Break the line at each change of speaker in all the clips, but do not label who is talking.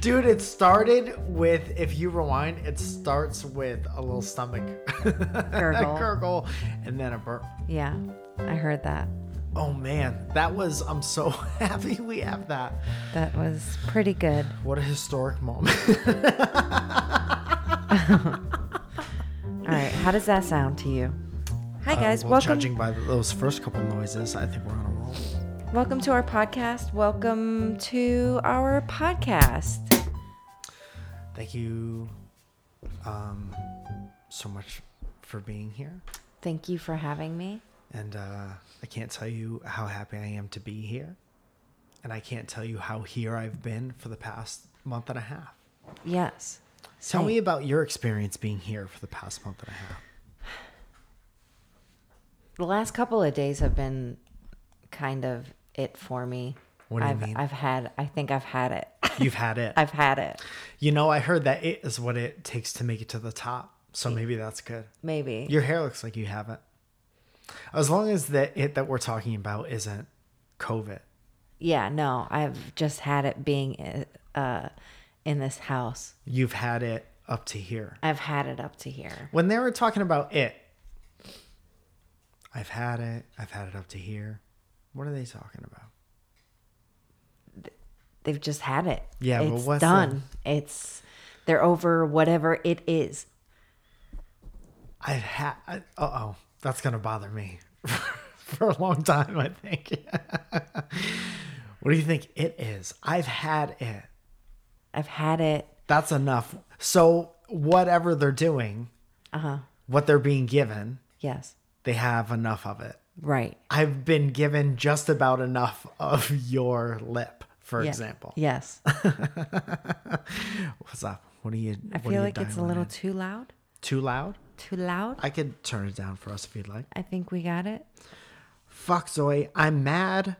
Dude, it started with if you rewind, it starts with a little stomach
Gurgle.
a gurgle, and then a burp.
Yeah, I heard that.
Oh man, that was I'm so happy we have that.
That was pretty good.
What a historic moment.
All right, how does that sound to you? Hi guys,
Uh, well,
welcome
judging by those first couple noises, I think we're on a roll.
welcome to our podcast. Welcome to our podcast.
Thank you um so much for being here.
Thank you for having me.
And uh, I can't tell you how happy I am to be here. And I can't tell you how here I've been for the past month and a half.
Yes.
Tell
Same.
me about your experience being here for the past month and a half.
The last couple of days have been kind of it for me.
What do you
I've
mean?
I've had I think I've had it.
You've had it.
I've had it.
you know, I heard that it is what it takes to make it to the top. So maybe that's good.
Maybe.
Your hair looks like you have it. As long as the it that we're talking about isn't COVID.
yeah, no. I've just had it being uh in this house.
You've had it up to here.
I've had it up to here.
When they were talking about it, I've had it. I've had it up to here. What are they talking about?
They've just had it.
Yeah, but
it's
what's the-
done. It's they're over whatever it is.
I've had. Uh oh, that's gonna bother me for a long time. I think. what do you think it is? I've had it.
I've had it.
That's enough. So whatever they're doing,
Uh huh.
what they're being given,
Yes.
they have enough of it.
Right.
I've been given just about enough of your lip, for
Yeah.
example.
Yes. What's
What's up? What are you?
I
what are
feel
you
like it's a
dialing
little
in?
too loud.
too loud.
Too loud.
I could turn it down for us if you'd like.
I think we got it.
Fuck Zoe, I'm mad.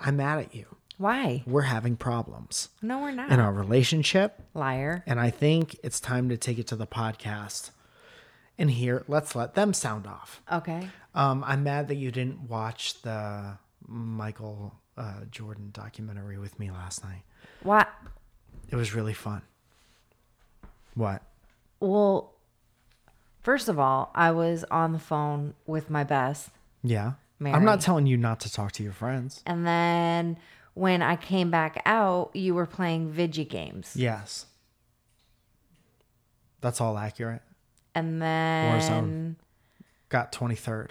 I'm mad at you.
Why?
We're having problems
No, we're not.
in our relationship,
Liar.
and I think it's time to take it to the podcast. And here, let's let them sound off.
Okay.
Um, I'm mad that you didn't watch the Michael uh, Jordan documentary with me last night.
What?
It was really fun. What?
Well, first of all, I was on the phone with my best.
Yeah. I'm
Mary.
not telling you not to talk to your friends.
And then when I came back out, you were playing Vigi games.
Yes. That's all accurate.
And then.
Warzone. Got 23rd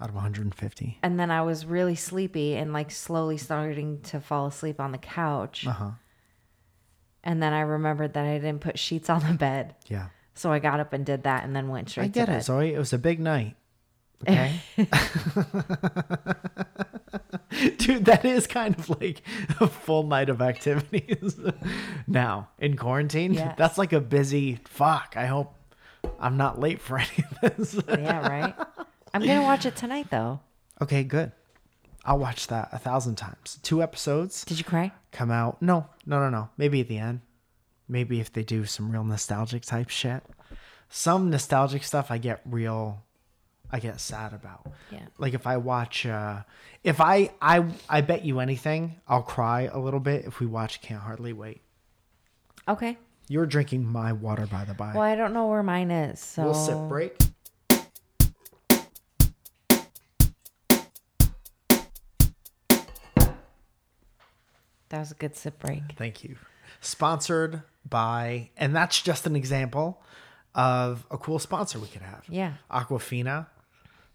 out of 150.
And then I was really sleepy and like slowly starting to fall asleep on the couch.
Uh huh.
And then I remembered that I didn't put sheets on the bed.
Yeah.
So I got up and did that and then went straight
I get
to bed.
it, Zoe. It was a big night. Okay. Dude, that is kind of like a full night of activities now in quarantine.
Yeah.
That's like a busy fuck. I hope I'm not late for any of this.
yeah, right? I'm going to watch it tonight though.
Okay, good. I'll watch that a thousand times. Two episodes
Did you cry?
come out. No, no, no, no. Maybe at the end. Maybe if they do some real nostalgic type shit. Some nostalgic stuff I get real I get sad about.
Yeah.
Like if I watch uh if I I I bet you anything, I'll cry a little bit if we watch Can't Hardly Wait.
Okay.
You're drinking my water by the by.
Well, I don't know where mine is. So
We'll sip break.
That was a good sip break.
Thank you. Sponsored by, and that's just an example of a cool sponsor we could have.
Yeah.
Aquafina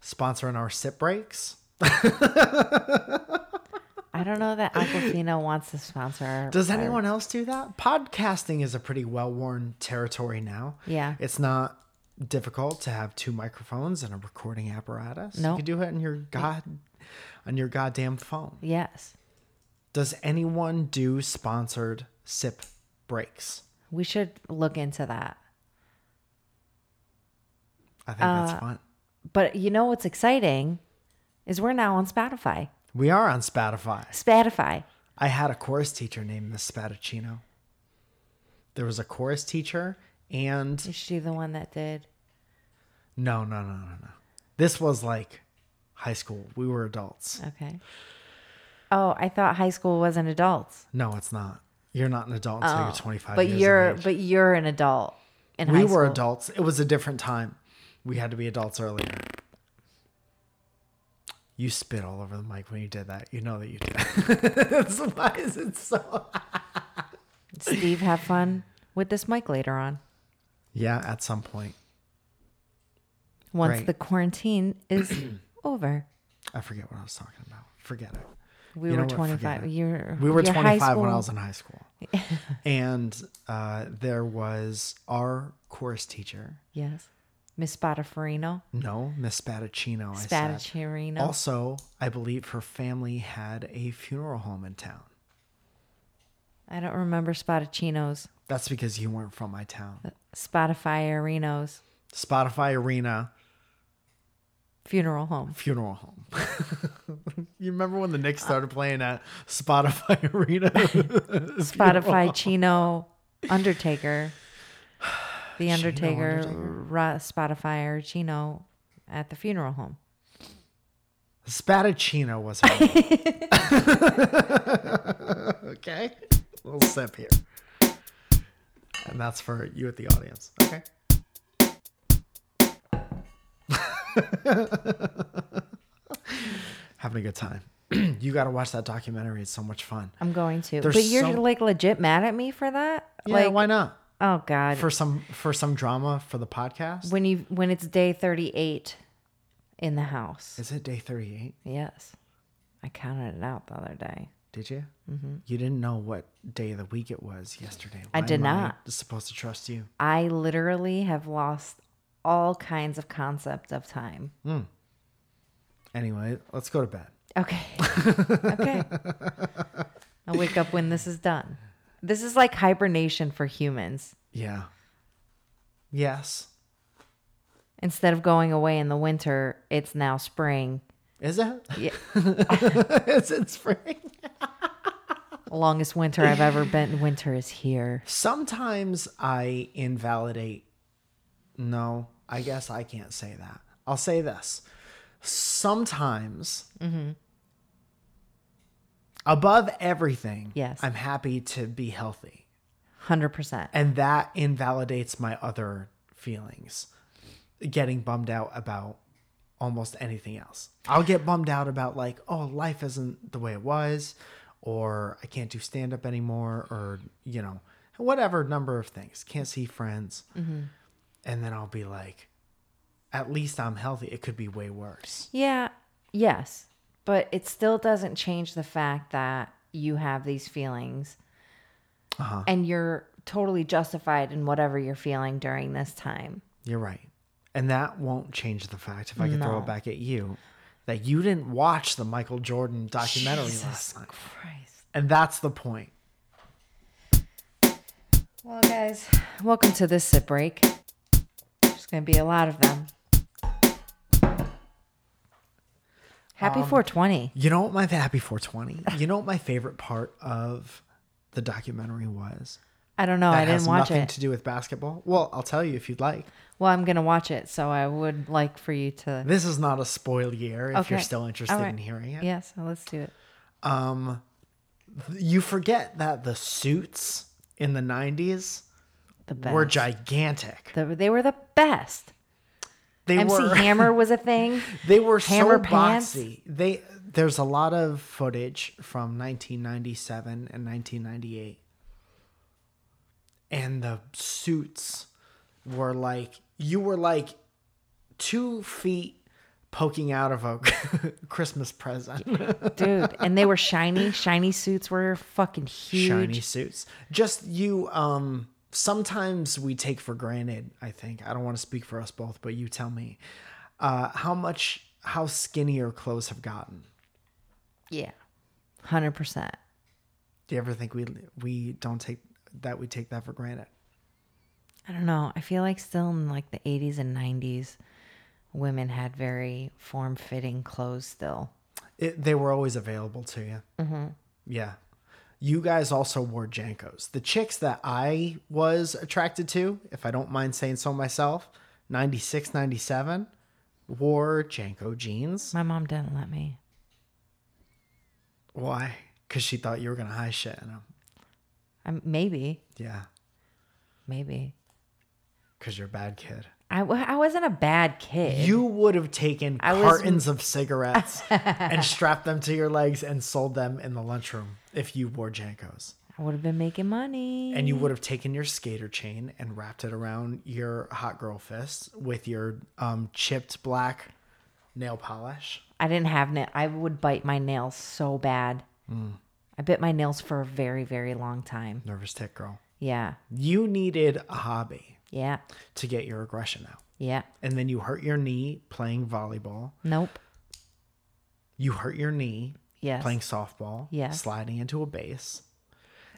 sponsoring our sip breaks.
I don't know that Aquafina wants to sponsor. our-
Does
our-
anyone else do that? Podcasting is a pretty well worn territory now.
Yeah.
It's not difficult to have two microphones and a recording apparatus.
No.
You can do it on your god on your goddamn phone.
Yes.
Does anyone do sponsored sip breaks?
We should look into that.
I think that's fun.
But you know what's exciting is we're now on Spotify.
We are on Spotify.
Spotify.
I had a chorus teacher named Miss Spadaccino. There was a chorus teacher, and
Is she the one that did?
no, no, no, no, no. This was like high school. We were adults.
Okay. Oh, I thought high school wasn't adults.
No, it's not. You're not an adult until you're
Oh,
25
But
years of
you're
age.
but you're an adult in
we
high
were
school.
adults. It was a different time. We had to be adults earlier. You spit all over the mic when you did that. You know that you did. so why is it so?
Steve, have fun with this mic later on.
Yeah, at some point.
Once
Right.
the quarantine is over.
I forget what I was talking about. Forget it.
We
You know
were
what?
twenty
Forget
five.
it.
You're
We were
your high
25 when I
school-
was in high school. and uh, there was our chorus teacher.
Yes. Miss Spotaferino.
No, Miss Spadaccino. I said.
Spataferino.
Also, I believe her family had a funeral home in town.
I don't remember Spotaccinos.
That's because you weren't from my town.
Spotifyerinos.
Spotify Arena
Funeral home.
funeral home. you remember when the Knicks started playing at Spotify Arena?
Spotify Chino Undertaker. The Undertaker,
Undertaker.
ra- Spotify or Chino at the funeral home.
Spatacino was her name. okay. little sip here. And that's for you at the audience. Okay. Having a good time. you got to watch that documentary. It's so much fun.
I'm going to.
There's
but you're
so-
like legit mad at me for that?
Yeah,
like
why not?
Oh god.
For some for some drama for the podcast.
when you when it's day 38 in the house.
Is it day 38?
yes. I counted it out the other day.
Did you? Mm-hmm. You didn't know what day of the week it was yesterday.
I
Why
did
am
not.
supposed to trust you.
I literally have lost all kinds of concept of time.
Anyway, let's go to bed.
Okay. okay. I'll wake up when this is done. This is like hibernation for humans.
Yeah. Yes.
Instead of going away in the winter, it's now spring.
Is it?
Yeah.
Is it spring?
Longest winter I've ever been. Winter is here.
Sometimes I invalidate. No, I guess I can't say that. I'll say this. Sometimes, above everything,
Yes.
I'm happy to be healthy.
100%.
and that invalidates my other feelings getting bummed out about almost anything else i'll get bummed out about like oh life isn't the way it was or i can't do stand up anymore or you know whatever number of things can't see friends and then i'll be like at least i'm healthy it could be way worse
Yeah. Yes. But it still doesn't change the fact that you have these feelings
Uh-huh.
and you're totally justified in whatever you're feeling during this time.
you're right and that won't change the fact if i could throw it back at you that you didn't watch the michael jordan documentary last night
Christ.
And that's the point.
Well, guys, welcome to this sit break. There's going to be a lot of them. Happy
Um,
420.
You know what my happy 420? You know what my favorite part of the documentary was?
I don't know. Oh, I didn't
has
watch
nothing
it.
to do with basketball. Well, I'll tell you if you'd like.
well, I'm going to watch it, so I would like for you to.
This is not a spoil year if you're
Okay.
still interested
All right.
in hearing it.
Yeah, so let's do it.
You forget that the suits in the 90s
The best.
were gigantic.
The- they were the best.
They
MC
were
Hammer was a thing.
they were
hammer
so
pants.
boxy. They there's a lot of footage from 1997 and 1998. And the suits were like you were like 2 feet poking out of a Christmas present.
Dude, and they were shiny. Shiny suits were fucking huge.
Shiny suits. Just you um sometimes we take for granted, I think. I don't want to speak for us both, but you tell me. Uh how much how skinnier clothes have gotten.
Yeah. 100%.
Do you ever think we we don't take that we take that for granted?
I don't know. I feel like still in like the 80s and 90s, women had very form fitting clothes still.
It, they were always available to you. Mm-hmm. Yeah, you guys also wore jankos. The chicks that I was attracted to, if I don't mind saying so myself, 96, 97, wore janko jeans.
My mom didn't let me.
Why? Because she thought you were gonna hide shit in him.
I'm, maybe,
Yeah,
maybe.
because you're a bad kid.
I, w- I wasn't a bad kid.
You would have taken
I was-
cartons of cigarettes and strapped them to your legs and sold them in the lunchroom if you wore Jankos.
I would have been making money.
And you would have taken your skater chain and wrapped it around your hot girl fist with your um, chipped black nail polish.
I didn't have nail. I would bite my nails so bad.
Mm.
I bit my nails for a very, very long time.
Nervous tick girl.
Yeah,
You needed a hobby
yeah,
to get your aggression out.
yeah.
And then you hurt your knee playing volleyball.
Nope.
You hurt your knee
Yes.
playing softball,
Yes.
sliding into a base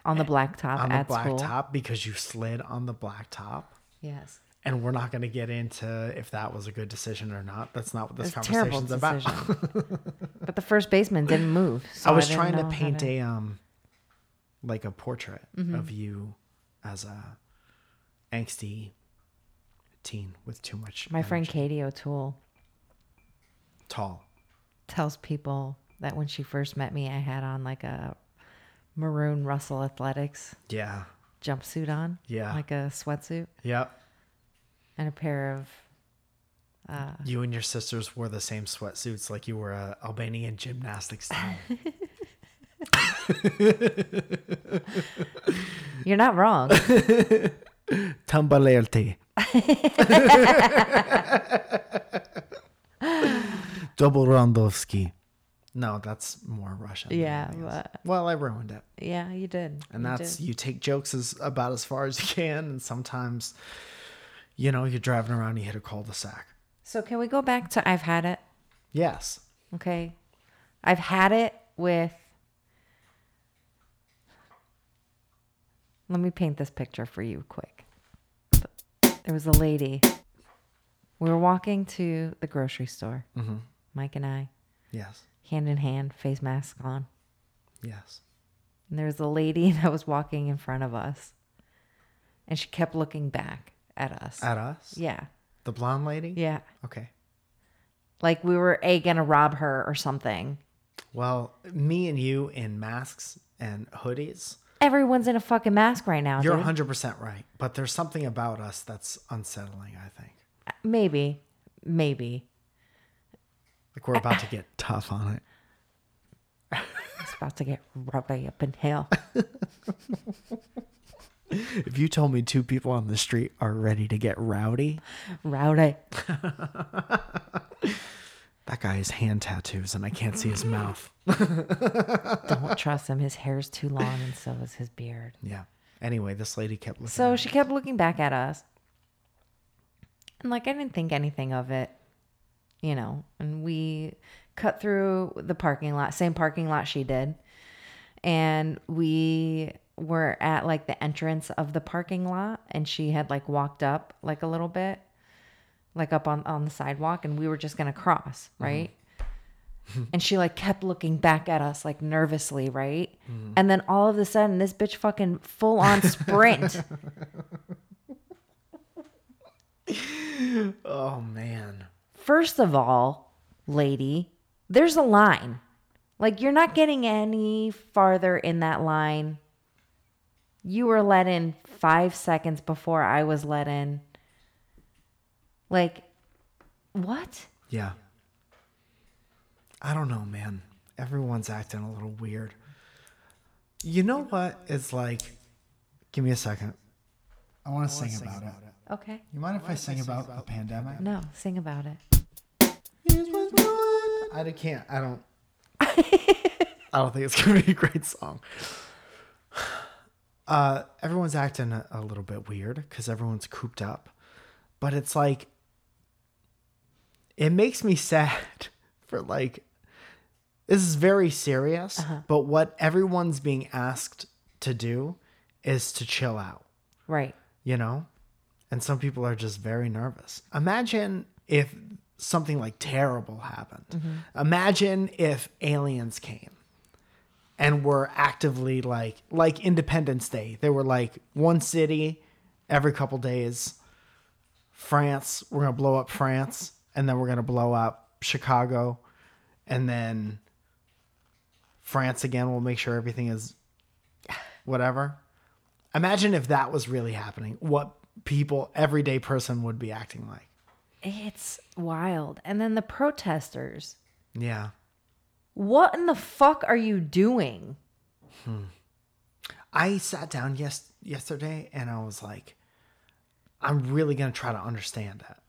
on the blacktop
on the
at
black
school.
top because you slid on the black top.
Yes.
And we're not going to get into if that was a good decision or not. That's not what this
It's a terrible
conversation's about.
decision. but the first baseman didn't move. So
I was
didn't
trying to
know how
paint a um like a portrait
Mm-hmm.
of you as a angsty teen with too much
My friend
energy.
Katie O'Toole
tall.
tells people that when she first met me, I had on like a maroon Russell Athletics
Yeah.
jumpsuit on.
Yeah.
Like a sweatsuit
Yep.
and a pair of Uh.
You and your sisters wore the same sweatsuits like you were a Albanian gymnastics team.
You're not wrong.
Tambalerti. Double Rondovsky. No, that's more Russian. than
Yeah,
anything else.
but-
Well, I ruined it.
yeah, you did.
and
You
that's
did.
you take jokes as about as far as you can and sometimes you know you're driving around and you hit a cul-de-sac
So can we go back to I've had it?
yes
Okay. I've had it with Let me paint this picture for you quick. There was a lady. We were walking to the grocery store.
Mm-hmm.
Mike and I,
yes
hand in hand, face mask on.
yes
And there was a lady that was walking in front of us. And she kept looking back at us.
at us
yeah.
the blonde lady
Yeah.
okay
Like we were a gonna rob her or something.
well me and you in masks and hoodies
Everyone's in a fucking mask right now.
you're
dude.
100% right but there's something about us that's unsettling i think
Maybe, maybe.
like we're about to get tough on it
It's about to get rowdy up in hell.
if you told me two people on the street are ready to get rowdy
Rowdy.
that guy has hand tattoos and i can't see his mouth
Don't trust him. His hair's too long, and so is his beard.
yeah anyway this lady kept looking
So she kept looking back at us. And like, I didn't think anything of it, you know. And we cut through the parking lot, same parking lot she did. And we were at like the entrance of the parking lot, and she had like walked up like a little bit, like up on, on the sidewalk, and we were just gonna cross, right? and she like kept looking back at us like nervously, right? And then all of a sudden, this bitch fucking full on sprint.
oh man
First of all, lady, there's a line. Like you're not getting any farther in that line. You were let in five seconds before I was let in. Like, what?
Yeah. I don't know, man. Everyone's acting a little weird. You know what? It's like, give me a second. I want to sing, about, it.
Okay.
You mind if I sing about, the pandemic?
No, sing about it.
I d- can't. I don't. I don't think it's gonna be a great song. Uh, everyone's acting a, a little bit weird because everyone's cooped up, but it's like it makes me sad for like this is very serious. But what everyone's being asked to do is to chill out
Right.
you know? And some people are just very nervous. Imagine if something like terrible happened. Imagine if aliens came and were actively like like Independence Day. They were like one city every couple days. France, we're going to blow up France and then we're going to blow up Chicago and then France again. We'll make sure everything is whatever. Imagine if that was really happening. What people, everyday person would be acting like.
It's wild. And then the protesters.
Yeah.
What in the fuck are you doing?
I sat down yes yesterday and I was like, I'm really gonna try to understand that.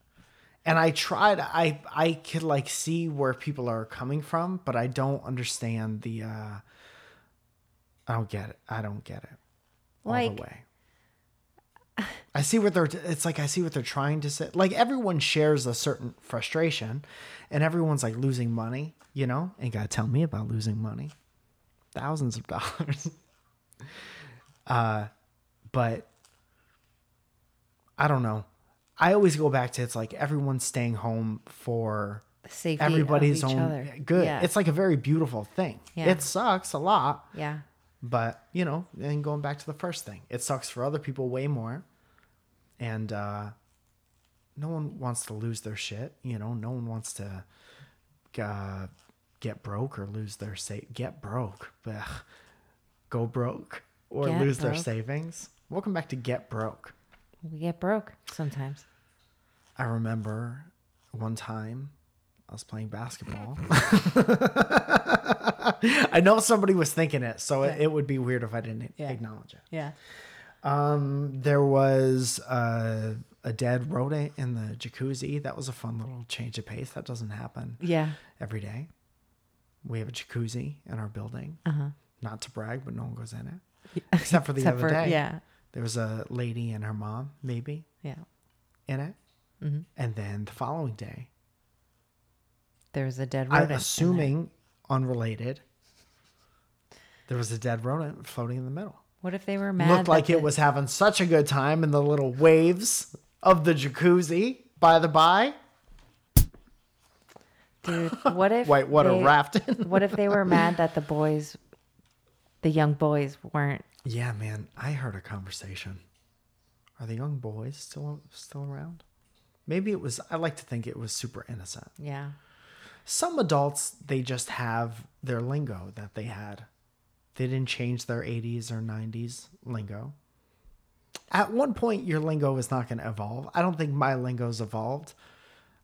And I tried I I could like see where people are coming from, but I don't understand the uh I don't get it. I don't get it. all
Like-
the way. I see what they're it's like I see what they're trying to say. Like everyone shares a certain frustration and everyone's like losing money, you know? Ain't gotta tell me about losing money. Thousands of dollars. Uh, but I don't know. I always go back to it's like everyone's staying home for
The safety of
everybody's
each
own
other.
good.
Yeah.
It's like a very beautiful thing.
Yeah.
It sucks a lot,
Yeah.
but you know, and going back to the first thing, it sucks for other people way more. And uh, no one wants to lose their shit. You know, no one wants to uh, get broke or lose their save. Get broke. Ugh. Go broke or
Get
lose their
broke.
savings. Welcome back to Get Broke.
We get broke sometimes.
I remember one time I was playing basketball. I know somebody was thinking it, so it, it would be weird if I didn't
Yeah.
acknowledge it.
Yeah.
Um, there was a, a dead rodent in the jacuzzi. That was a fun little change of pace. That doesn't happen
Yeah.
every day. We have a jacuzzi in our building. Not to brag, but no one goes in it. Except for the
Uh-huh. Except
other
for-
day.
yeah.
There was a lady and her mom, maybe,
Yeah.
in it.
Mm-hmm.
And then the following day,
There's a dead rodent.
I'm
in there.
assuming unrelated, there was a dead rodent floating in the middle.
What if they were mad?
Looked
that
like it
the-
was having such a good time in the little waves of the jacuzzi, by the by.
Dude, what if
Whitewater
they-
rafting.
What if they were mad that the boys, the young boys, weren't?
yeah, man, I heard a conversation. Are the young boys still still around? Maybe it was I like to think it was super innocent.
Yeah.
Some adults they just have their lingo that they had. They didn't change their 80s or 90s lingo. At one point your lingo is not going to evolve. I don't think my lingo's evolved.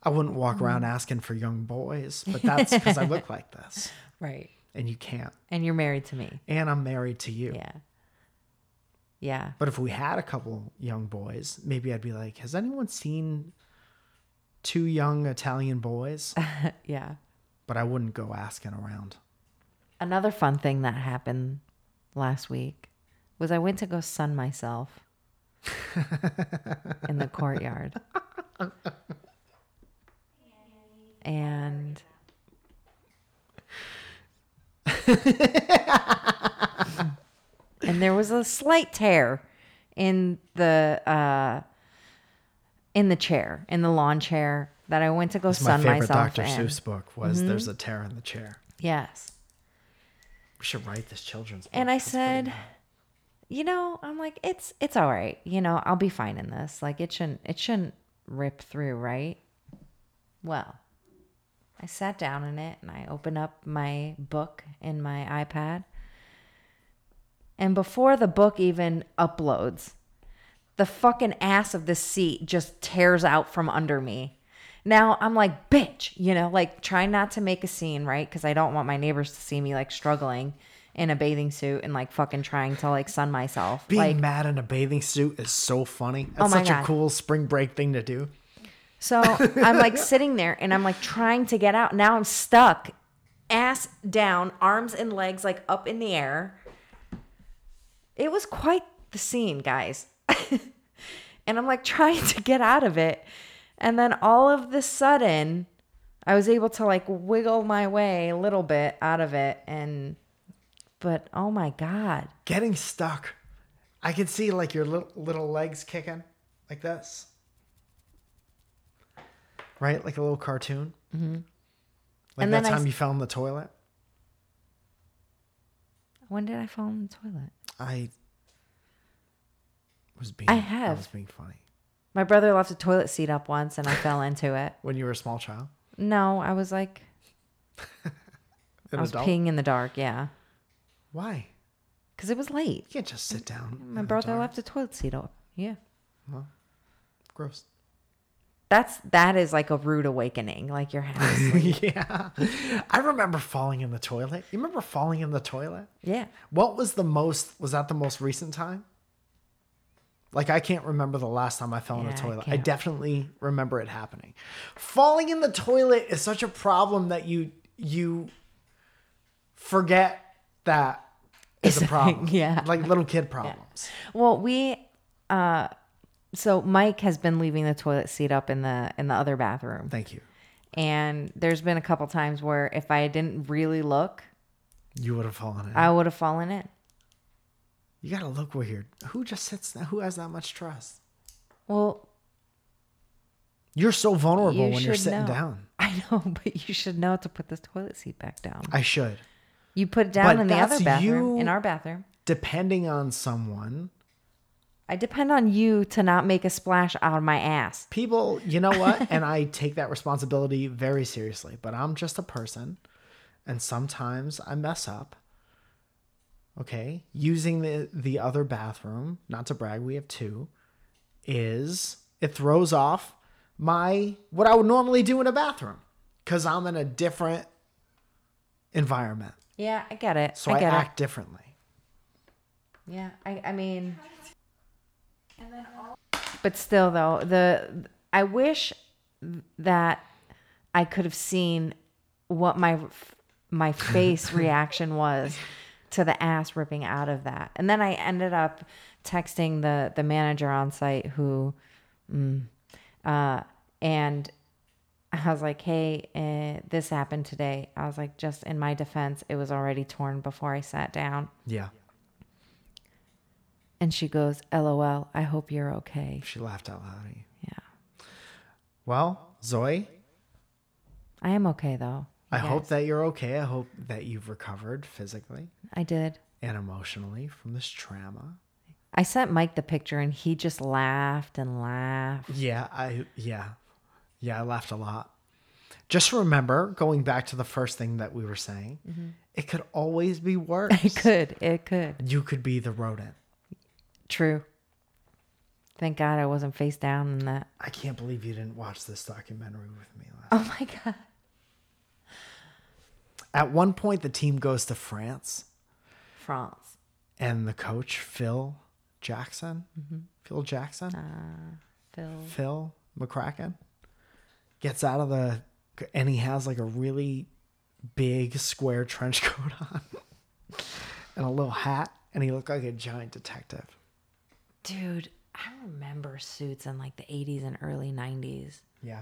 I wouldn't walk around asking for young boys, but that's cuz I look like this
Right.
and you can't.
And you're married to me.
And I'm married to you.
Yeah. Yeah.
But if we had a couple young boys, maybe I'd be like, "Has anyone seen two young Italian boys?"
Yeah.
but I wouldn't go asking around.
Another fun thing that happened last week was I went to go sun myself in the courtyard. And and there was a slight tear in the uh in the chair, in the lawn chair that I went to go
My
sun
favorite
myself
Dr.
in.
Seuss book was
Mm-hmm.
"There's a Tear in the Chair."
Yes.
We should write this children's. book.
and I
That's pretty
said,
good.
you know, I'm like, it's it's all right. You know, I'll be fine in this. Like it shouldn't it shouldn't rip through, right? Well, I sat down in it and I opened up my book in my iPad. And before the book even uploads, the fucking ass of the seat just tears out from under me. Now I'm like, bitch, you know, like trying not to make a scene, right? Because I don't want my neighbors to see me like struggling in a bathing suit and like fucking trying to like sun myself.
"Being
like, Oh
mad in a bathing suit is so funny. That's
my
such a
God.
cool spring break thing to do."
So I'm like sitting there and I'm like trying to get out. Now I'm stuck, ass down, arms and legs like up in the air. It was quite the scene, guys. and I'm like trying to get out of it. And then all of the sudden, I was able to like wiggle my way a little bit out of it. And, but oh my God.
Getting stuck, I could see like your little little legs kicking like this, right? Like a little cartoon. Mm-hmm. Like
And
that
then I
time
s-
you fell in the toilet.
When did I fall in the toilet?
I was being.
I
I
have.
was being funny
My brother left a toilet seat up once and I fell into it.
when you were a small child.
No, I was like,
An
I was
adult.
peeing in the dark. Yeah,
Why?
because it was late.
You can't just sit down. in
My
the
brother
dark.
left the toilet seat up. Yeah.
Gross.
That's that is like a rude awakening. Like your house. like-
yeah. I remember falling in the toilet. You remember falling in the toilet?
yeah.
What was the most? Was that the most recent time? Like I can't remember the last time I fell in
Yeah,
a
I
toilet. I,
can't.
definitely remember it happening. Falling in the toilet is such a problem that you you forget that is a problem.
yeah.
like little kid problems.
Well, we uh so Mike has been leaving the toilet seat up in the in the other bathroom.
Thank you.
And there's been a couple times where if I didn't really look,
You would have fallen in.
I would have fallen in.
you gotta look weird. Who just sits? Who has that much trust?
Well,
You're so vulnerable
you
when
should
you're sitting
know.
down.
I know, but you should know to put this toilet seat back down.
I should.
You put it down
But
in the other
that's
bathroom,
you-
in our bathroom.
Depending on someone,
I depend on you to not make a splash out of my ass.
people, you know what? and I take that responsibility very seriously, but I'm just a person and sometimes I mess up. Okay? Using the the other bathroom, not to brag, we have two, is it throws off my what I would normally do in a bathroom cuz I'm in a different environment.
Yeah, I get it.
So I,
I get
act differently.
it. Yeah, I, I mean. But still, though, the I wish that I could have seen what my my face reaction was to the ass ripping out of that, and then I ended up texting the the manager on site who, mm, uh, and I was like, hey, uh, this happened today. I was like, just in my defense, it was already torn before I sat down.
Yeah.
And she goes, LOL, I hope you're okay.
She laughed out loud at you.
Yeah.
Well, Zoe,
I am okay though.
I
you
hope
guys.
that you're okay. I hope that you've recovered physically
I did.
and emotionally from this trauma.
I sent Mike the picture and he just laughed and laughed.
Yeah, I yeah. Yeah, I laughed a lot. Just remember, going back to the first thing that we were saying, it could always be worse.
Mm-hmm. It could. It could.
You could be the rodent.
True. Thank God I wasn't face down in that.
I can't believe you didn't watch this documentary with me last.
Oh my God.
At one point the team goes to France
France.
and the coach Phil Jackson,
Mm-hmm.
Phil Jackson,
Phil.
Phil McCracken gets out of the and he has like a really big square trench coat on and a little hat and he looked like a giant detective.
Dude, I remember suits in like the 80s and early 90s.
Yeah.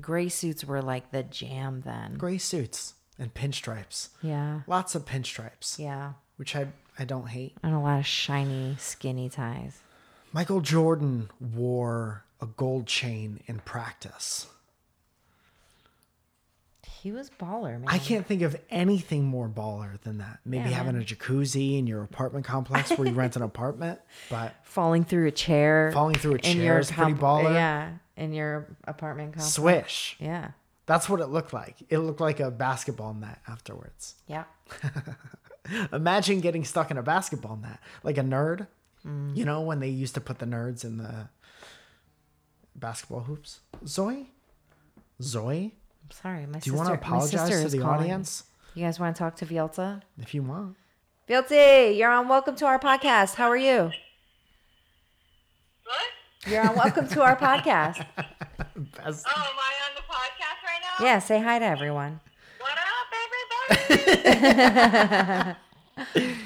Gray suits were like the jam then.
Gray suits and pinstripes.
Yeah.
Lots of pinstripes,
Yeah.
which I I don't hate.
And a lot of shiny, skinny ties.
Michael Jordan wore a gold chain in practice.
He was baller, man.
I can't think of anything more baller than that. Maybe
Yeah,
having a jacuzzi in your apartment complex where you rent an apartment, but
falling through a chair.
Falling through a
in
chair
your
is pretty baller.
Yeah, in your apartment complex.
swish.
Yeah,
That's what it looked like. It looked like a basketball net afterwards.
yeah.
Imagine getting stuck in a basketball net, like a nerd. You know, when they used to put the nerds in the basketball hoops. Zoe? Zoe?
I'm sorry, my
Do
sister.
you want to
my sister
apologize to
is
the
calling.
audience?
You guys want to talk to Vielta?
If you want.
Vielta, you're on. Welcome to our podcast. How are you?
What?
You're on. Welcome to our podcast.
Best-
Oh, am I on the podcast right now?
Yeah, say hi to everyone.
What up, everybody?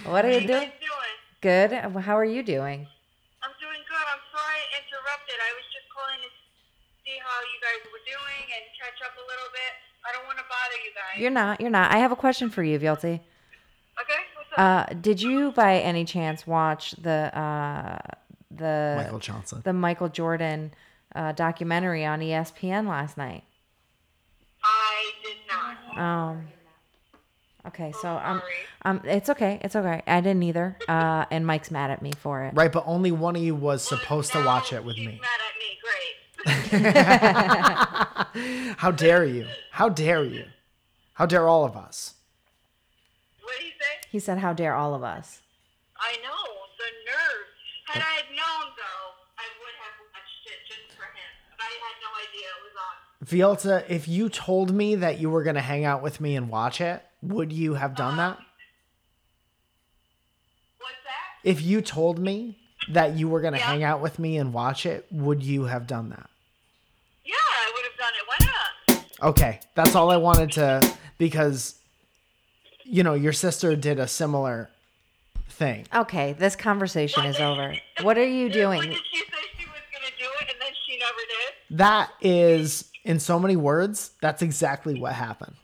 What are you
How
doing?
you guys doing?
Good. How are you doing?
I'm doing good. I'm sorry I interrupted. I was just calling to see how you guys were doing and catch up a little bit. I don't want to bother you guys.
You're not. You're not. I have a question for you, Vielta.
okay? What's
Uh,
up?
did you, by any chance, watch the uh, the
Michael Johnson.
the Michael Jordan uh, documentary on ESPN last night. Uh,
I did not.
Um, okay, so um,
Sorry.
um, it's okay, it's okay. I didn't either, uh, and Mike's mad at me for it.
Right, but only one of you was supposed to
Now
watch it with
she's
me.
mad at me. Great.
How dare you? How dare you? How dare all of us?
He said, How dare all of us?
I know the nerve. Had I had known though, I would have watched it just for him. But I had no idea it was on.
Vielta, if you told me that you were going to hang out with me and watch it, would you have done that?
What's that?
If you told me that you were going to
Yeah.
hang out with me and watch it, would you have done that?
Yeah, I would have done it. Why not?
Okay, that's all I wanted to because you know, your sister did a similar thing.
Okay, this conversation is over. What are you doing?
Did she say she was gonna do it and then she never did?
That is in so many words, that's exactly what happened.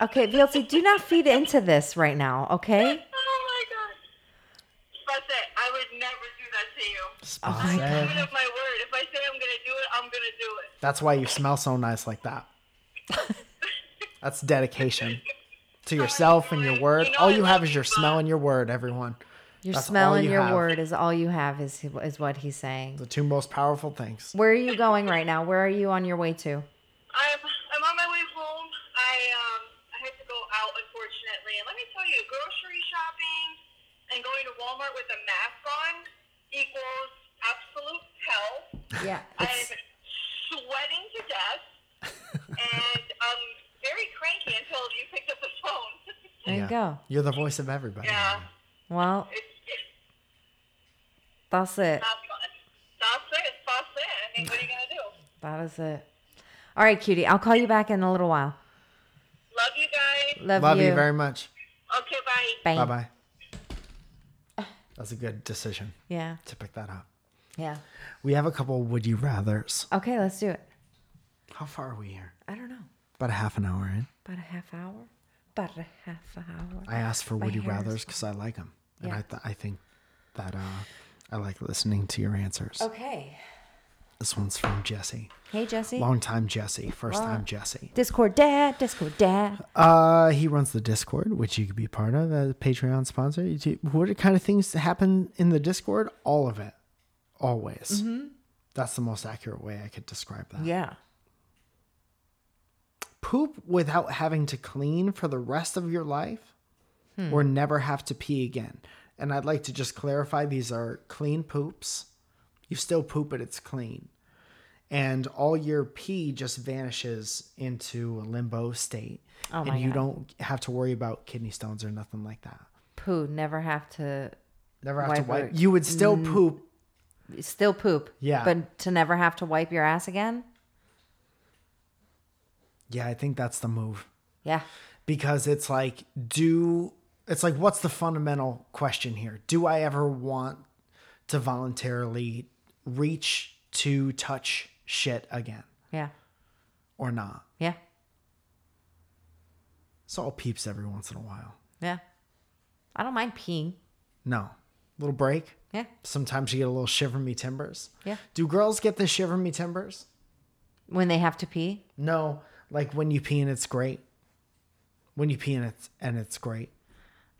Okay, VLT, do not feed into this right now, okay?
Oh my god. But that I would never do that to you.
Spaz,
I'm
eh?
good of Oh my word. If I say I'm gonna do it, I'm gonna do it.
That's why you smell so nice like that. That's dedication to yourself and your word. All you have is your smell and your word, everyone.
Your
That's
smell
all
and
you
your
have.
word is all you have, is, is what he's saying.
The two most powerful things.
Where are you going right now? Where are you on your way to?
I'm I'm on my way home. I um I had to go out unfortunately. And let me tell you, grocery shopping and going to Walmart with a mask on equals absolute hell.
Yeah.
I'm sweating to death and I'm very cranky until you picked up the phone.
There you go.
You're the voice of everybody.
yeah.
Well,
It's, it's
that's it.
not fun. That's it. That's it. I mean, what are you gonna do?
That is it. All right, cutie. I'll call you back in a little while.
Love you guys.
Love,
Love
you.
you. very much.
Okay, bye.
Bye
Bye.
bye. That's a good decision
Yeah.
to pick that up.
Yeah.
We have a couple would you rather's.
Okay, let's do it.
How far are we here?
I don't know.
About a half an hour in.
About a half hour. About a half hour.
I asked for
My
would you
hair is-
rather's because I like them, and
Yeah.
I th- I think that uh, I like listening to your answers.
Okay.
This one's from Jesse.
Hey, Jesse.
Long time Jesse, first time Jesse.
Discord dad. Discord dad.
Uh, he runs the Discord, which you could be part of as a Patreon sponsor. You do- What kind of things happen in the Discord? All of it, always. That's the most accurate way I could describe that.
Yeah.
Poop without having to clean for the rest of your life,
Hmm.
or never have to pee again. And I'd like to just clarify: these are clean poops. You still poop, but it's clean, and all your pee just vanishes into a limbo state,
Oh my
and you
God.
don't have to worry about kidney stones or nothing like that.
Poo. Never have to.
Never have to
Wipe
wipe.
out.
You would still
Mm.
poop.
Still poop.
Yeah.
But to never have to wipe your ass again.
Yeah, I think that's the move
Yeah.
because it's like, do it's like, what's the fundamental question here? Do I ever want to voluntarily reach to touch shit again
Yeah.
or not?
Yeah.
It's all peeps every once in a while.
Yeah. I don't mind peeing.
No, little break.
Yeah.
Sometimes you get a little shiver me timbers.
Yeah.
Do girls get the shiver me timbers?
When they have to pee.
No, like when you pee and it's great. When you pee and it's and it's great.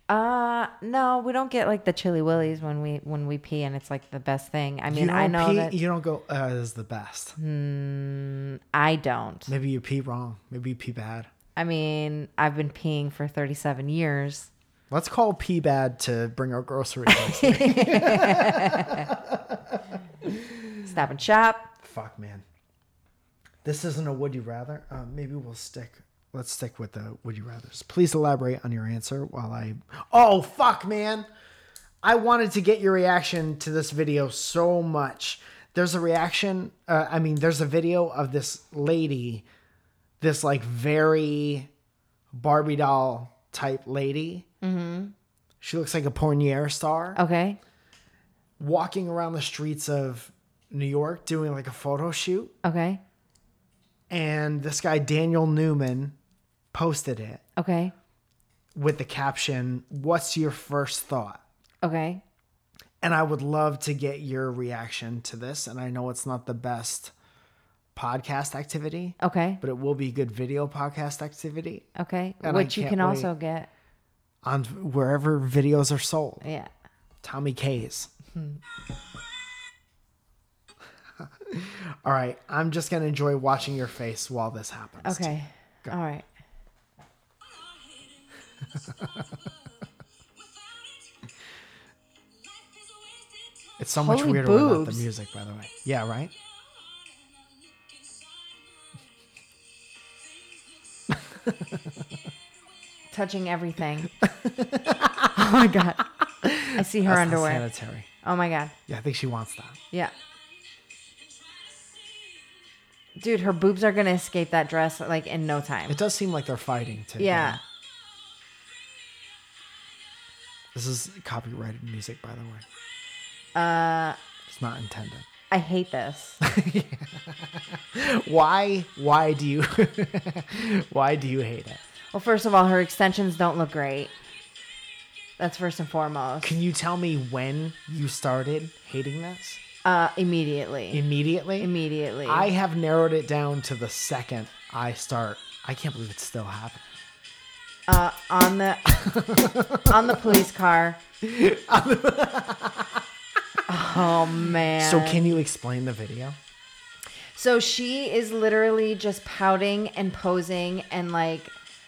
Uh no, we don't get like the chilly willies when we when we pee and it's like the best thing. I mean,
you
I
don't
know
pee,
that Hmm.
you don't go. Uh, this is the best.
I don't.
Maybe you pee wrong. Maybe you pee bad.
I mean, I've been peeing for 37 years.
Let's call pee bad to bring our groceries. next.
Stop and shop.
Fuck, man. This isn't a would you rather. Uh, maybe we'll stick. Let's stick with the would you rather's. Please elaborate on your answer while I. Oh fuck, man! I wanted to get your reaction to this video so much. There's a reaction. Uh, I mean, there's a video of this lady, this like very Barbie doll type lady. Mm-hmm. She looks like a pornier star.
Okay.
walking around the streets of New York doing like a photo shoot.
Okay.
And this guy, Daniel Newman, posted it
Okay.
with the caption, What's your first thought?
Okay.
And I would love to get your reaction to this. And I know it's not the best podcast activity,
Okay.
but it will be good video podcast activity
Okay.
And I
Which you
can't
can
wait.
also get.
on wherever videos are sold.
Yeah.
Tommy K's. All right, I'm just gonna enjoy watching your face while this happens.
Okay. All right.
With a
It's so much
Holy
weirder without the
boobs.
music, by the way. Yeah, right?
touching everything. oh my god. I see her
That's not
underwear.
sanitary.
Oh my god.
Yeah, I think she wants that.
Yeah. Dude, her boobs are gonna escape that dress like in no time.
It does seem like they're fighting too.
Yeah.
This is copyrighted music, by the way.
Uh
It's not intended.
I hate this.
Why? Why do you? why do you hate it?
Well, first of all, her extensions don't look great. That's first and foremost.
Can you tell me when you started hating this?
Uh immediately.
Immediately.
Immediately.
I have narrowed it down to the second I start. I can't believe it's still happening.
uh, on the on the police car. oh man.
So can you explain the video?
So she is literally just pouting and posing and like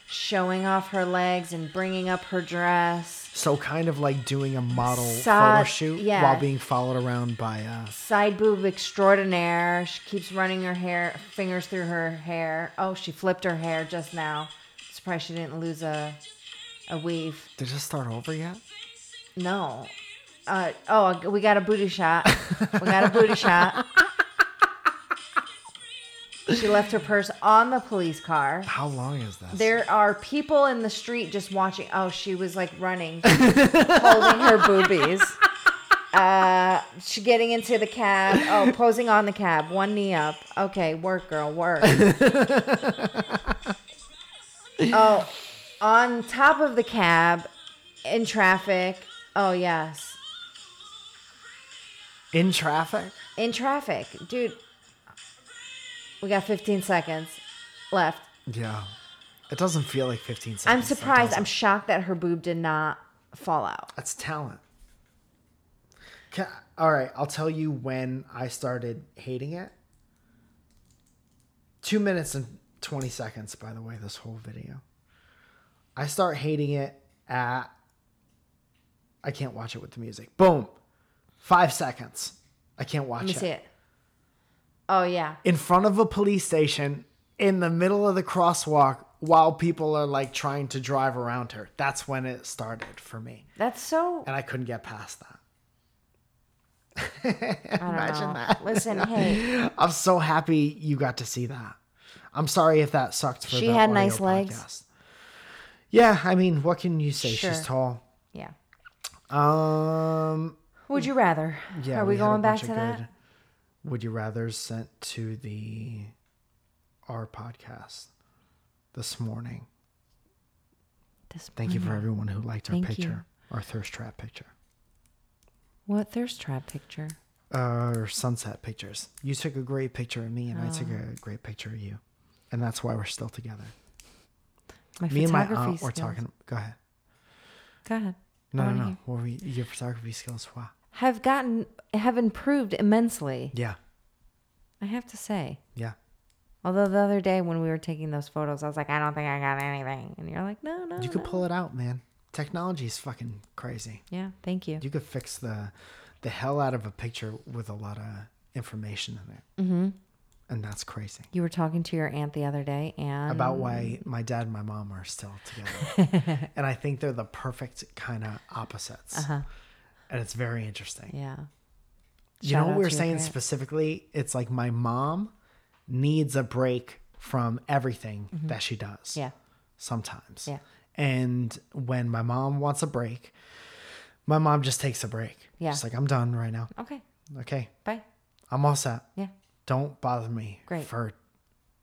showing off her legs and bringing up her dress.
So kind of like doing a model
Sa-
photo shoot
yeah.
while being followed around by uh
Side boob extraordinaire. She keeps running her hair fingers through her hair. Oh, she flipped her hair just now. Surprised she didn't lose a a weave.
Did this start over yet?
No. Uh, oh, we got a booty shot. We got a booty shot. She left her purse on the police car.
How long is this?
There are people in the street just watching. Oh, she was like running, holding her boobies. Uh, she getting into the cab. Oh, posing on the cab, one knee up. Okay, work, girl, work. oh, on top of the cab, in traffic. Oh yes,
In traffic?
in traffic, dude. We got 15 seconds left.
Yeah. It doesn't feel like 15 seconds.
I'm
though,
surprised.
does
I'm
it?
shocked that her boob did not fall out.
That's talent. Ca all right, I'll tell you when I started hating it. Two minutes and 20 seconds, by the way, this whole video. I start hating it at. I can't watch it with the music. Boom. Five seconds. I can't watch
Let me
it.
see it. Oh yeah.
in front of a police station in the middle of the crosswalk while people are like trying to drive around her. That's when it started for me.
That's so
And I couldn't get past that.
I don't know. Listen, hey,
I'm so happy you got to see that. I'm sorry if that sucked for
She
the
had
audio
nice legs.
podcast. Yeah, I mean, what can you say?
Sure.
She's tall.
yeah.
Um
Would you rather?
yeah,
Are we,
had a
going back
bunch
to
of
that?
good Would you rather sent to the our podcast this morning?
This
Thank you for everyone who liked our
Mm-hmm. Thank you.
picture, our thirst trap picture,
What thirst trap picture?
our uh, sunset pictures. You took a great picture of me, and I took
Ah.
a great picture of you, and that's why we're still together.
My
Me and my
photography
aunt were
skills.
talking. Go ahead.
Go ahead. I
No,
wanna
no, no.
hear.
What were you, your photography skills? Wow.
Have gotten have improved immensely.
Yeah,
I have to say.
yeah.
Although the other day when we were taking those photos, I was like, I don't think I got anything, and you're like, No, no.
You could
no."
pull it out, man. Technology is fucking crazy.
Yeah. Thank you.
You could fix the the hell out of a picture with a lot of information in it,
hmm
and that's crazy.
You were talking to your aunt the other day, and
about why my dad and my mom are still together. and I think they're the perfect kind of opposites.
Uh-huh.
And it's very interesting.
yeah.
you know
Shout
what
out
we were
to your
saying
parents.
specifically? It's like my mom needs a break from everything that she does
Yeah.
sometimes.
Yeah.
And when my mom wants a break, my mom just takes a break.
Yeah.
She's like, I'm done right now.
Okay.
Okay.
Bye.
I'm all set.
Yeah.
Don't bother me
Great.
for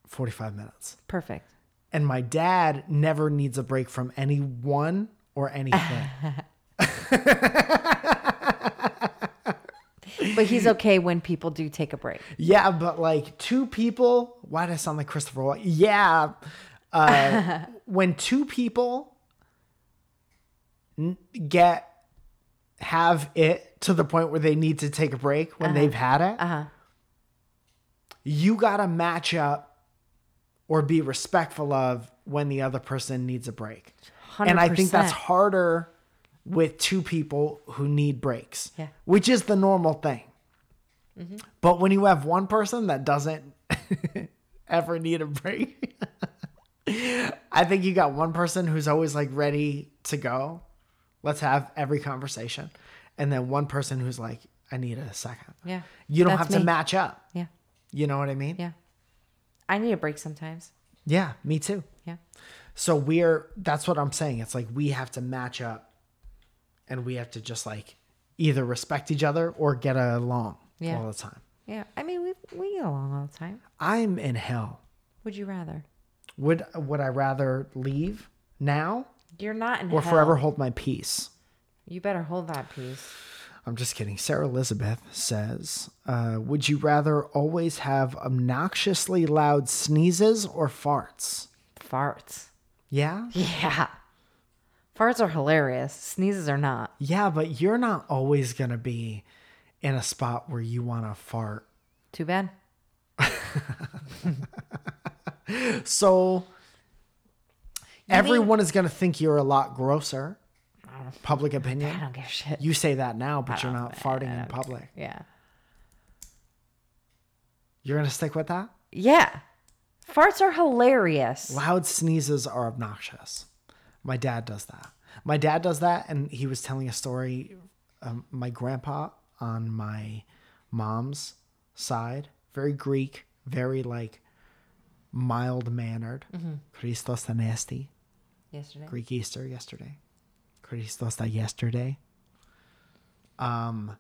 45 minutes.
Perfect.
and my dad never needs a break from anyone or anything.
But he's okay when people do take a break.
yeah, but like two people, why do I sound like Christopher? Wa- Yeah, uh, when two people n- get have it to the point where they need to take a break when they've had it,
Uh-huh.
you gotta match up or be respectful of when the other person needs a break. And I think that's
100%.
harder with two people who need breaks,
Yeah.
which is the normal thing. But when you have one person that doesn't ever need a break, I think you got one person who's always like ready to go. Let's have every conversation. And then one person who's like, I need a second.
Yeah.
You don't
That's
have to
me.
match up.
Yeah.
You know what I mean?
Yeah. I need a break sometimes.
yeah me too.
Yeah.
So we're that's what I'm saying. It's like we have to match up and we have to just like either respect each other or get along
Yeah.
all the time.
Yeah. I mean, we we get along all the time.
I'm in hell.
Would you rather?
Would would I rather leave now
You're not in
or
hell.
forever hold my peace?
You better hold that piece.
I'm just kidding. Sarah Elizabeth says, uh, "Would you rather always have obnoxiously loud sneezes or farts?"
Farts.
Yeah,
Yeah. Farts are hilarious. Sneezes are not.
yeah, but you're not always gonna be in a spot where you want to fart
Too bad.
So everyone is going to think you're a lot grosser. Public
I
opinion.
don't give a shit.
You say that now, but you're not farting in public.
yeah.
You're going to stick with that?
Yeah. Farts are hilarious.
Loud sneezes are obnoxious. My dad does that. My dad does that, and he was telling a story. Um, my grandpa on my mom's side, very Greek, very like mild mannered.
Mm-hmm.
Christos the nasty.
Yesterday.
Greek Easter yesterday. Christos that yesterday. Um,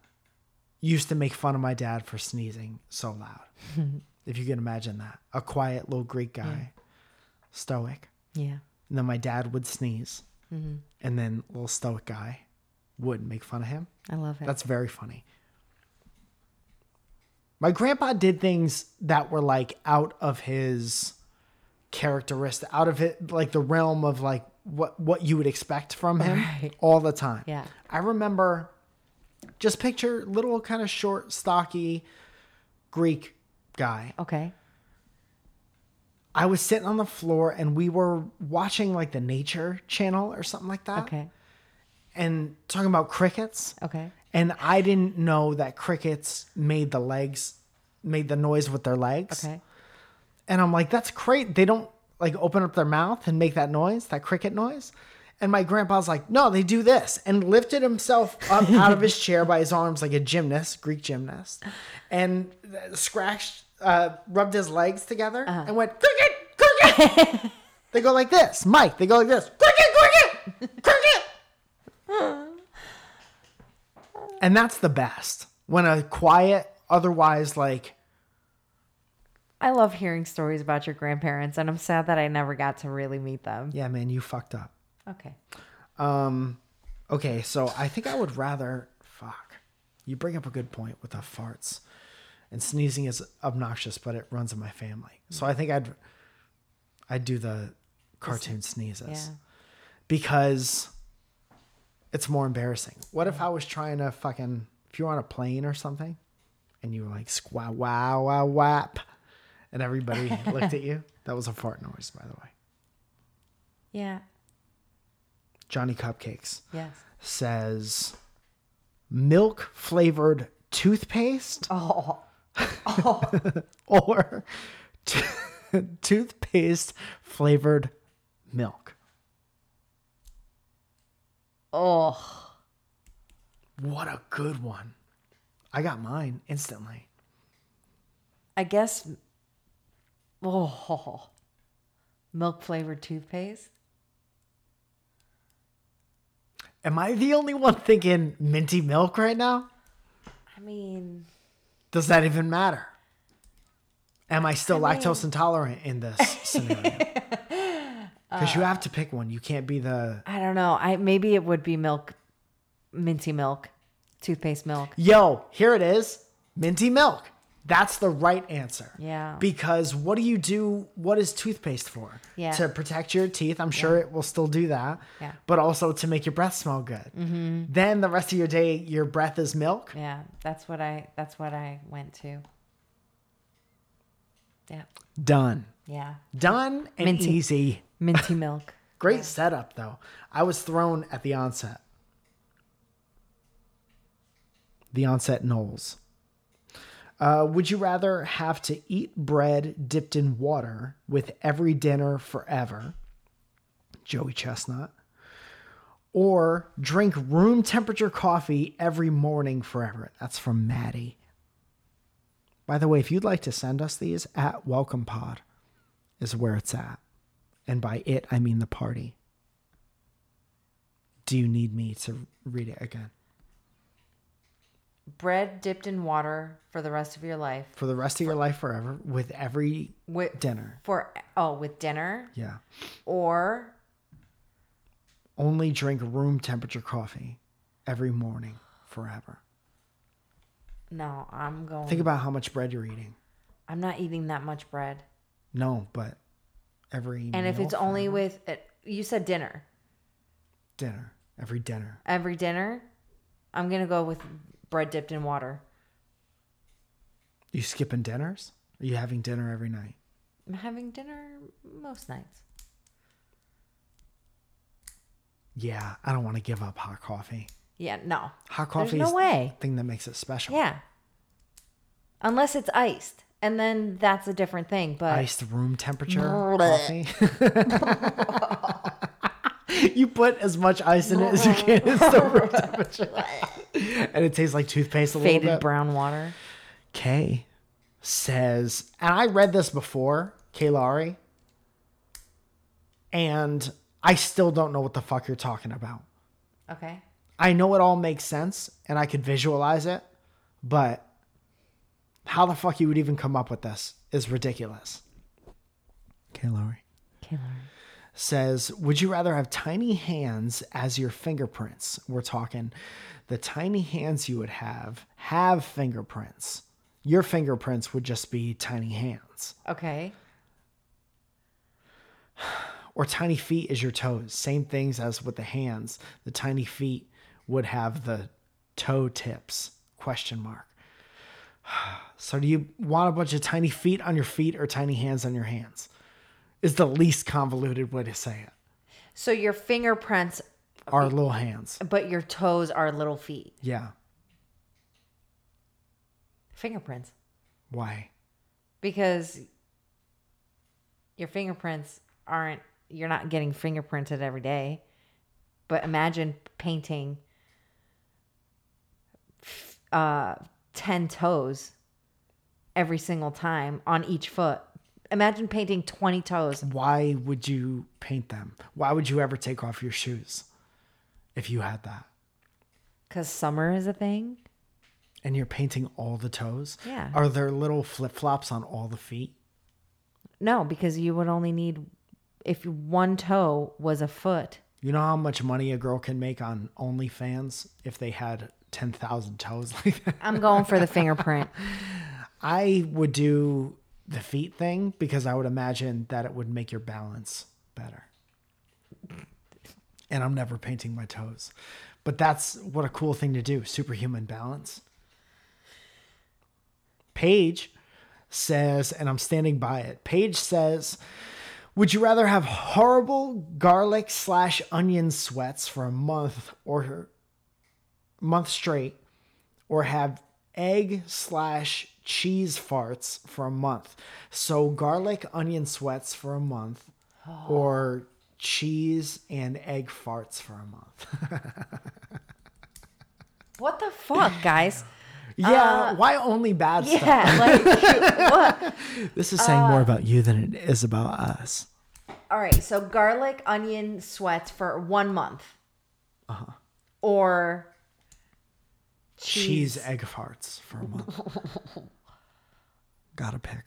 used to make fun of my dad for sneezing so loud. if you can imagine that, a quiet little Greek guy, stoic.
Yeah.
And then my dad would sneeze, and then little stoic guy would make fun of him.
I love it.
That's very funny. My grandpa did things that were like out of his characteristic, out of it, like the realm of like what what you would expect from him
Right.
all the time.
Yeah.
I remember just picture little kind of short, stocky Greek guy.
okay.
I was sitting on the floor and we were watching like the nature channel or something like that
Okay.
and talking about crickets.
Okay.
And I didn't know that crickets made the legs, made the noise with their legs.
Okay.
And I'm like, that's great. They don't like open up their mouth and make that noise, that cricket noise. And my grandpa's like, no, they do this, and lifted himself up out of his chair by his arms like a gymnast, Greek gymnast, and scratched, uh, rubbed his legs together and went, cricket, cricket. they go like this, Mike. They go like this, cricket, cricket, cricket. and that's the best when a quiet, otherwise like
I love hearing stories about your grandparents, and I'm sad that I never got to really meet them.
Yeah, man, you fucked up.
Okay.
Um, okay, so I think I would rather fuck. You bring up a good point with the farts, and sneezing is obnoxious, but it runs in my family. So I think I'd I'd do the cartoon sneezes
Yeah.
because it's more embarrassing. What if I was trying to fucking if you're on a plane or something, and you were like squaw wow wow wap, and everybody looked at you? That was a fart noise, by the way.
Yeah.
Johnny Cupcakes.
Yes.
says milk flavored toothpaste
Oh.
or t- toothpaste flavored milk.
Oh.
What a good one. I got mine instantly.
I guess. Oh. Milk flavored toothpaste.
Am I the only one thinking minty milk right now?
I mean,
Does that even matter? Am I still lactose intolerant in this scenario? Because you have to pick one. You can't be the
I don't know. I maybe it would be milk, minty milk, toothpaste milk.
yo, here it is minty milk. That's the right answer.
Yeah.
Because what do you do? What is toothpaste for?
Yeah.
To protect your teeth. I'm sure it will still do that.
Yeah. Mm-hmm.
But also to make your breath smell good. Then the rest of your day, your breath is milk.
yeah, that's what I. That's what I went to. Yeah.
Done.
Yeah.
Done and
Minty.
easy.
Minty milk.
Great setup, though. I was thrown at the onset. the onset Knowles. Uh, would you rather have to eat bread dipped in water with every dinner forever, Joey Chestnut, or drink room temperature coffee every morning forever? That's from Maddie. By the way, if you'd like to send us these, at Welcome Pod is where it's at. And by it, I mean the party. Do you need me to read it again?
Bread dipped in water for the rest of your life.
For the rest of your life, forever, with every
With
dinner.
for oh with dinner
Yeah.
or
Only drink room temperature coffee every morning forever.
no, I'm going.
Think about how much bread you're eating.
I'm not eating that much bread.
No, but every
And if
meal
it's only
forever.
with uh, you said dinner
dinner, every dinner.
every dinner, I'm gonna go with bread dipped in water.
You skipping dinners? Are you having dinner every night?
I'm having dinner most nights.
Yeah, I don't want to give up hot coffee.
Yeah, no,
Hot coffee
no
is
way.
the thing that makes it special.
yeah. Unless it's iced, and then that's a different thing. But
iced room temperature
Blech.
coffee. you put as much ice in it as you can. It's the room temperature, and it tastes like toothpaste a little
faded
bit.
brown water.
Kay says, and I read this before, Kay Lowry, and I still don't know what the fuck you're talking about.
Okay.
I know it all makes sense and I could visualize it, but how the fuck you would even come up with this is ridiculous. Kay Lowry says, Would you rather have tiny hands as your fingerprints? We're talking the tiny hands you would have have fingerprints. Your fingerprints would just be tiny hands.
Okay.
Or tiny feet is your toes. Same things as with the hands. The tiny feet would have the toe tips. Question mark. So do you want a bunch of tiny feet on your feet or tiny hands on your hands? Is the least convoluted way to say it.
So your fingerprints,
Our little hands.
but your toes are little feet.
Yeah.
Fingerprints.
Why?
because your fingerprints aren't you're not getting fingerprinted every day but imagine painting uh 10 toes every single time on each foot imagine painting 20 toes
Why would you paint them? Why would you ever take off your shoes if you had that?
cuz summer is a thing
And you're painting all the toes?
Yeah.
Are there little flip flops on all the feet?
no because you would only need if one toe was a foot
You know how much money a girl can make on OnlyFans if they had 10,000 toes like that?
i'm going for the fingerprint
I would do the feet thing because I would imagine that it would make your balance better. And I'm never painting my toes. But that's what a cool thing to do superhuman balance. Paige says, and I'm standing by it. Paige says, would you rather have horrible garlic slash onion sweats for a month or month straight, or have egg slash cheese farts for a month? So garlic onion sweats for a month, or cheese and egg farts for a month.
what the fuck guys
yeah, why only bad stuff?
yeah like
This is saying more about you than it is about us.
All right, so garlic onion sweats for one month.
Uh-huh.
Or
cheese
cheese.
egg farts for a month. Gotta pick.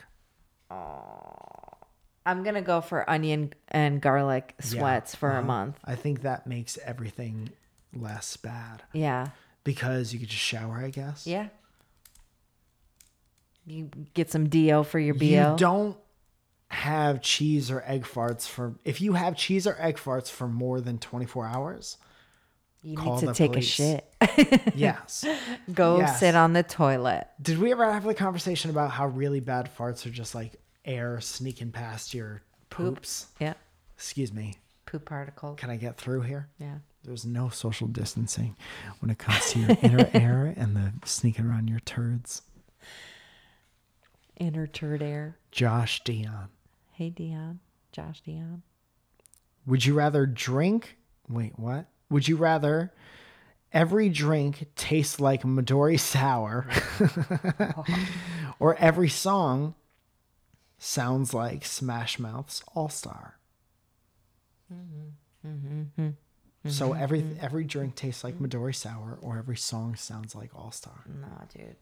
I'm gonna go for onion and garlic sweats for
Uh-huh.
a month.
I think that makes everything less bad
Yeah,
because you could just shower, I guess.
yeah. You get some do for your bo.
You don't have cheese or egg farts for if you have cheese or egg farts for more than 24 hours.
you
call
need to
the
take
police.
a shit.
Yes.
go
Yes.
sit on the toilet.
Did we ever have the conversation about how really bad farts are just like air sneaking past your poops?
Yeah,
Excuse me.
poop particles.
Can I get through here?
Yeah,
There's no social distancing when it comes to your inner air and the sneaking around your turds.
Inner turd air.
Josh Dion.
Hey, Dion. Josh Dion.
Would you rather drink? Wait, what? Would you rather every drink taste like Midori Sour or every song sounds like Smash Mouth's All Star? So every every drink tastes like Midori Sour or every song sounds like All Star.
No, dude.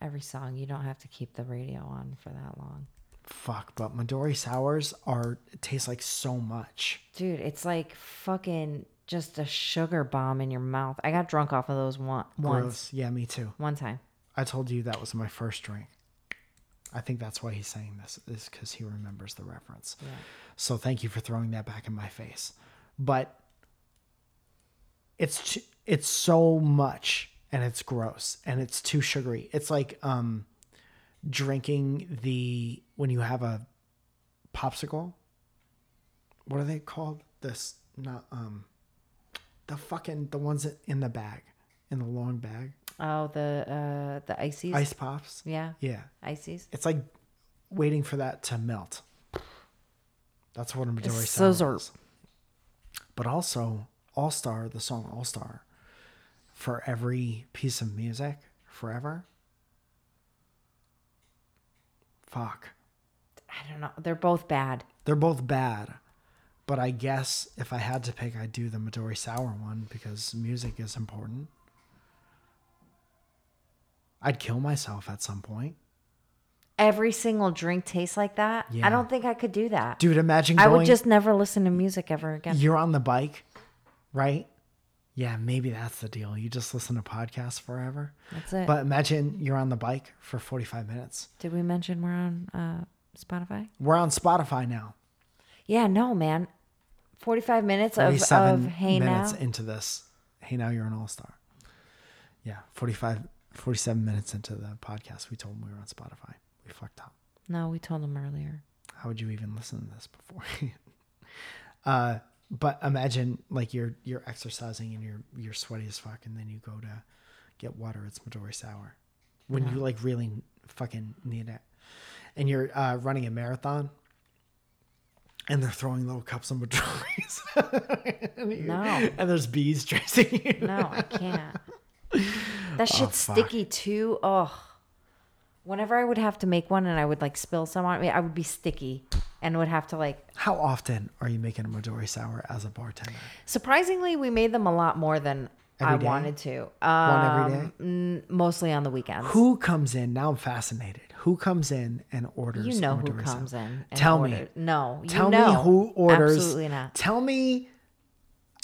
Every song, you don't have to keep the radio on for that long.
Fuck, but Midori Sours are taste like so much.
Dude, it's like fucking just a sugar bomb in your mouth. I got drunk off of those one, once.
Gross. Yeah, me too.
One time.
I told you that was my first drink. I think that's why he's saying this is because he remembers the reference. So thank you for throwing that back in my face. But it's t- it's so much and it's gross and it's too sugary. It's like um drinking the when you have a popsicle. What are they called? This not um the fucking the ones that- in the bag in the long bag
Oh, the uh the ices.
ice pops.
Yeah.
Yeah,
Ices.
it's like waiting for that to melt. That's what a Midori
It's-
sounds.
those are
But also, All Star, the song All Star, for every piece of music forever. Fuck,
I don't know. They're both bad.
they're both bad, but I guess if I had to pick, I'd do the Midori Sour one because music is important. I'd kill myself at some point,
Every single drink tastes like that.
Yeah.
I don't think I could do that.
dude. Imagine
I
going.
would just never listen to music ever again.
you're on the bike, right? Yeah, maybe that's the deal. You just listen to podcasts forever.
That's it.
But imagine you're on the bike for 45 minutes.
Did we mention we're on uh Spotify?
We're on Spotify now.
Yeah, no, man. Forty five minutes of,
47
of hey now.
minutes into this. Hey, now you're an all star. Yeah, 45, 47 minutes into the podcast, we told them we were on Spotify. We fucked up.
No, we told them earlier.
How would you even listen to this before? uh, but imagine like you're you're exercising and you're you're sweaty as fuck, and then you go to get water. It's Midori sour when you like really fucking need it, and you're uh, running a marathon, and they're throwing little cups of Midori's, and, you-
No.
and there's bees chasing you.
No, I can't.
Oh,
That shit's sticky too. Oh. Whenever I would have to make one and I would like spill some on me, I would be sticky and would have to like
How often are you making a Midori sour as a bartender?
surprisingly we made them a lot more than
Every
I
day?
wanted to. Um,
every day?
n- mostly on the weekends.
Who comes in? Now I'm fascinated. Who comes in and orders?
you know who
Midori sour?
comes in. and
Tell me.
orders. No, you
Tell
know.
me who orders.
Absolutely not.
Tell me.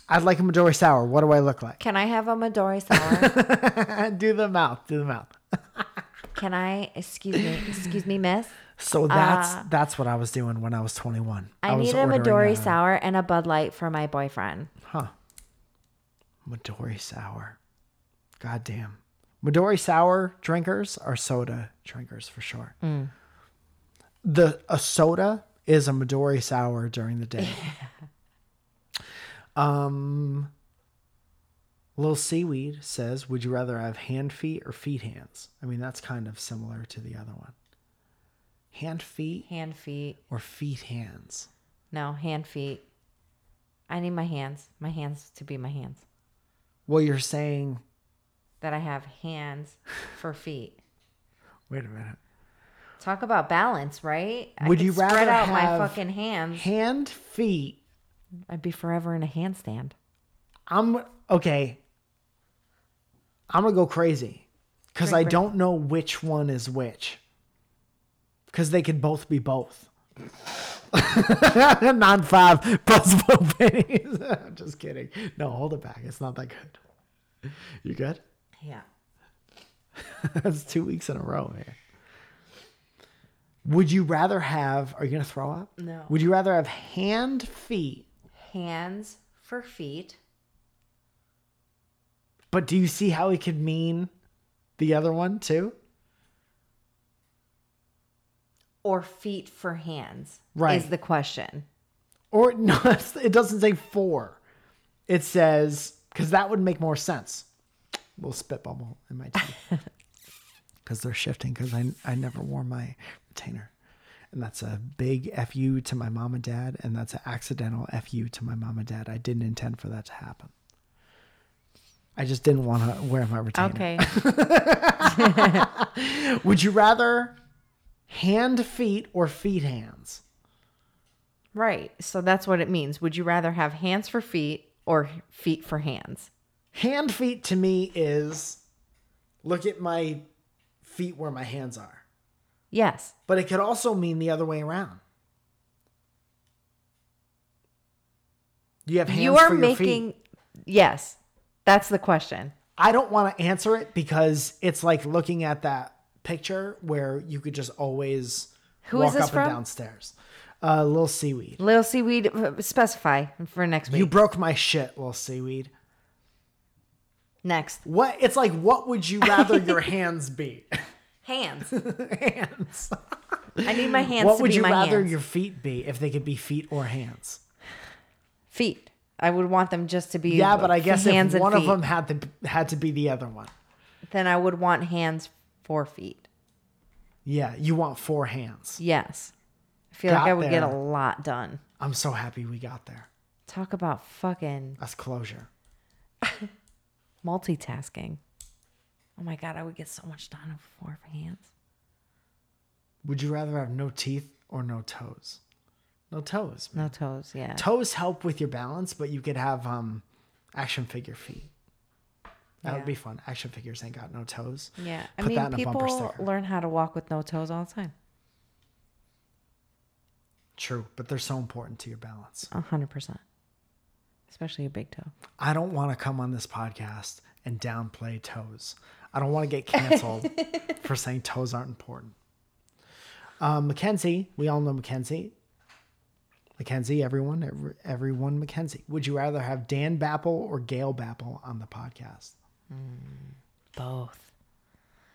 I'd like a Midori sour. What do I look like?
Can I have a Midori sour?
do the mouth. Do the mouth.
Can I? Excuse me. Excuse me, miss.
So that's that's what I was doing when I was 21.
Uh, I,
was
need a
ordering
Midori
a-
sour and a Bud Light for my boyfriend.
Huh. Midori sour. God damn. Midori sour drinkers are soda drinkers for sure. The a soda is a Midori sour during the day. um Little Seaweed says, Would you rather have hand feet or feet hands? I mean that's kind of similar to the other one. Hand feet
Hand, feet.
or feet hands?
No, hand, feet. I need my hands. My hands to be my hands.
Well you're saying
That I have hands for feet.
wait a minute.
Talk about balance, right? I
Would
could
you rather
spread out
have
my fucking hands?
Hand feet
I'd be forever in a handstand.
I'm okay. I'm gonna go crazy because I don't know which one is which. Because they could both be both. Non five plus four pennies. I'm just kidding. No, hold it back. It's not that good. You good?
Yeah.
That's two weeks in a row here. Would you rather have? Are you gonna throw up?
No.
Would you rather have hand feet?
Hands for feet.
But do you see how it could mean the other one too?
or feet for hands
Right.
is the question
Or no, it's- it doesn't say four. It says because that would make more sense. Little spit bubble in my tea because they're shifting because I I never wore my retainer, and that's a big fu to my mom and dad, and that's an accidental fu to my mom and dad. I didn't intend for that to happen. I just didn't want to wear my retainer.
Okay.
Would you rather hand feet or feet hands?
right. So that's what it means. Would you rather have hands for feet or feet for hands?
Hand feet to me is look at my feet where my hands are.
Yes.
But it could also mean the other way around. You have hands
you are
for your
making
feet.
Yes. That's the question.
I don't want to answer it because it's like looking at that picture where you could just always
Who is
walk
this
up
from?
and downstairs. Uh, little seaweed.
Lil Seaweed uh, specify for next week.
You broke my shit, little seaweed.
next.
What it's like? What would you rather your hands be?
Hands.
hands.
I need my hands
what
to
would
be
you
my
rather
hands.
your feet be if they could be feet or hands?
feet. I would want them just to be
Yeah, but I guess
hands
if
and
one of
feet.
them had to had to be the other one.
then I would want hands for feet.
Yeah, you want four hands.
Yes. I feel like
Got
I would get a
there.
lot done.
I'm so happy we got there.
Talk about fucking
That's closure.
multitasking. Oh my god, I would get so much done with four hands.
Would you rather have no teeth or no toes? No toes.
No toes, yeah.
Toes help with your balance, but you could have um action figure feet. That
Yeah.
would be fun. Action figures ain't got no toes.
yeah. I
Put
mean
that in a bumper
people
sticker.
learn how to walk with no toes all the time.
True, but they're so important to your balance.
A hundred percent. Especially a big toe.
I don't want to come on this podcast and downplay toes. I don't want to get canceled for saying toes aren't important. Um, Mackenzie, we all know Mackenzie. Mackenzie, everyone, every, everyone, Mackenzie. Would you rather have Dan Bappel or Gail Bappel on the podcast?
Both.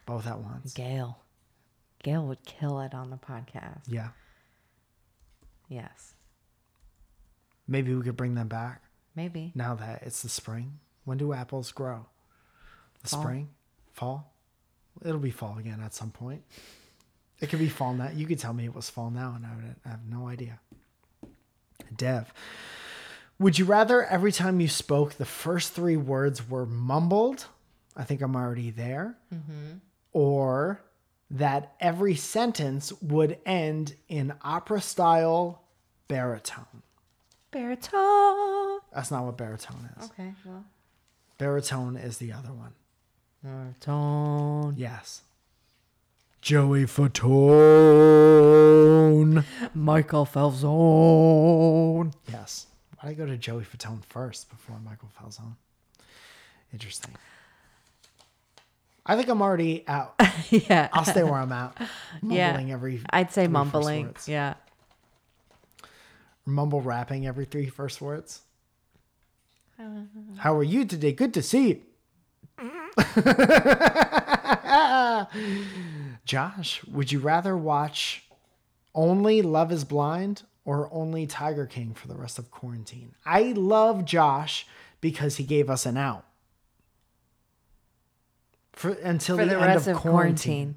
Both at once.
Gail. Gail would kill it on the podcast.
Yeah.
Yes.
Maybe we could bring them back
Maybe.
now that it's the spring. When do apples grow? The
Fall.
spring? Fall? It'll be fall again at some point. It could be fall now. You could tell me it was fall now, and I would I have no idea. Dev, would you rather every time you spoke, the first three words were mumbled? I think I'm already there. Or that every sentence would end in opera style baritone.
Baritone.
That's not what baritone is.
Okay, well.
Baritone is the other one.
Baritone.
Yes. Joey Fatone.
Michael Falzone.
Yes. Why'd I go to Joey Fatone first before Michael Falzone? Interesting. I think I'm already out.
yeah.
I'll stay where I'm at. Mumbling every
I'd say
three first
mumbling.
words.
Yeah.
Mumble rapping every three first words.
Uh-huh.
How are you today? Good to see you. Josh, would you rather watch only Love is Blind or only Tiger King for the rest of quarantine? I love Josh because he gave us an out. For, until
For
the,
the
end
rest
of,
of
quarantine.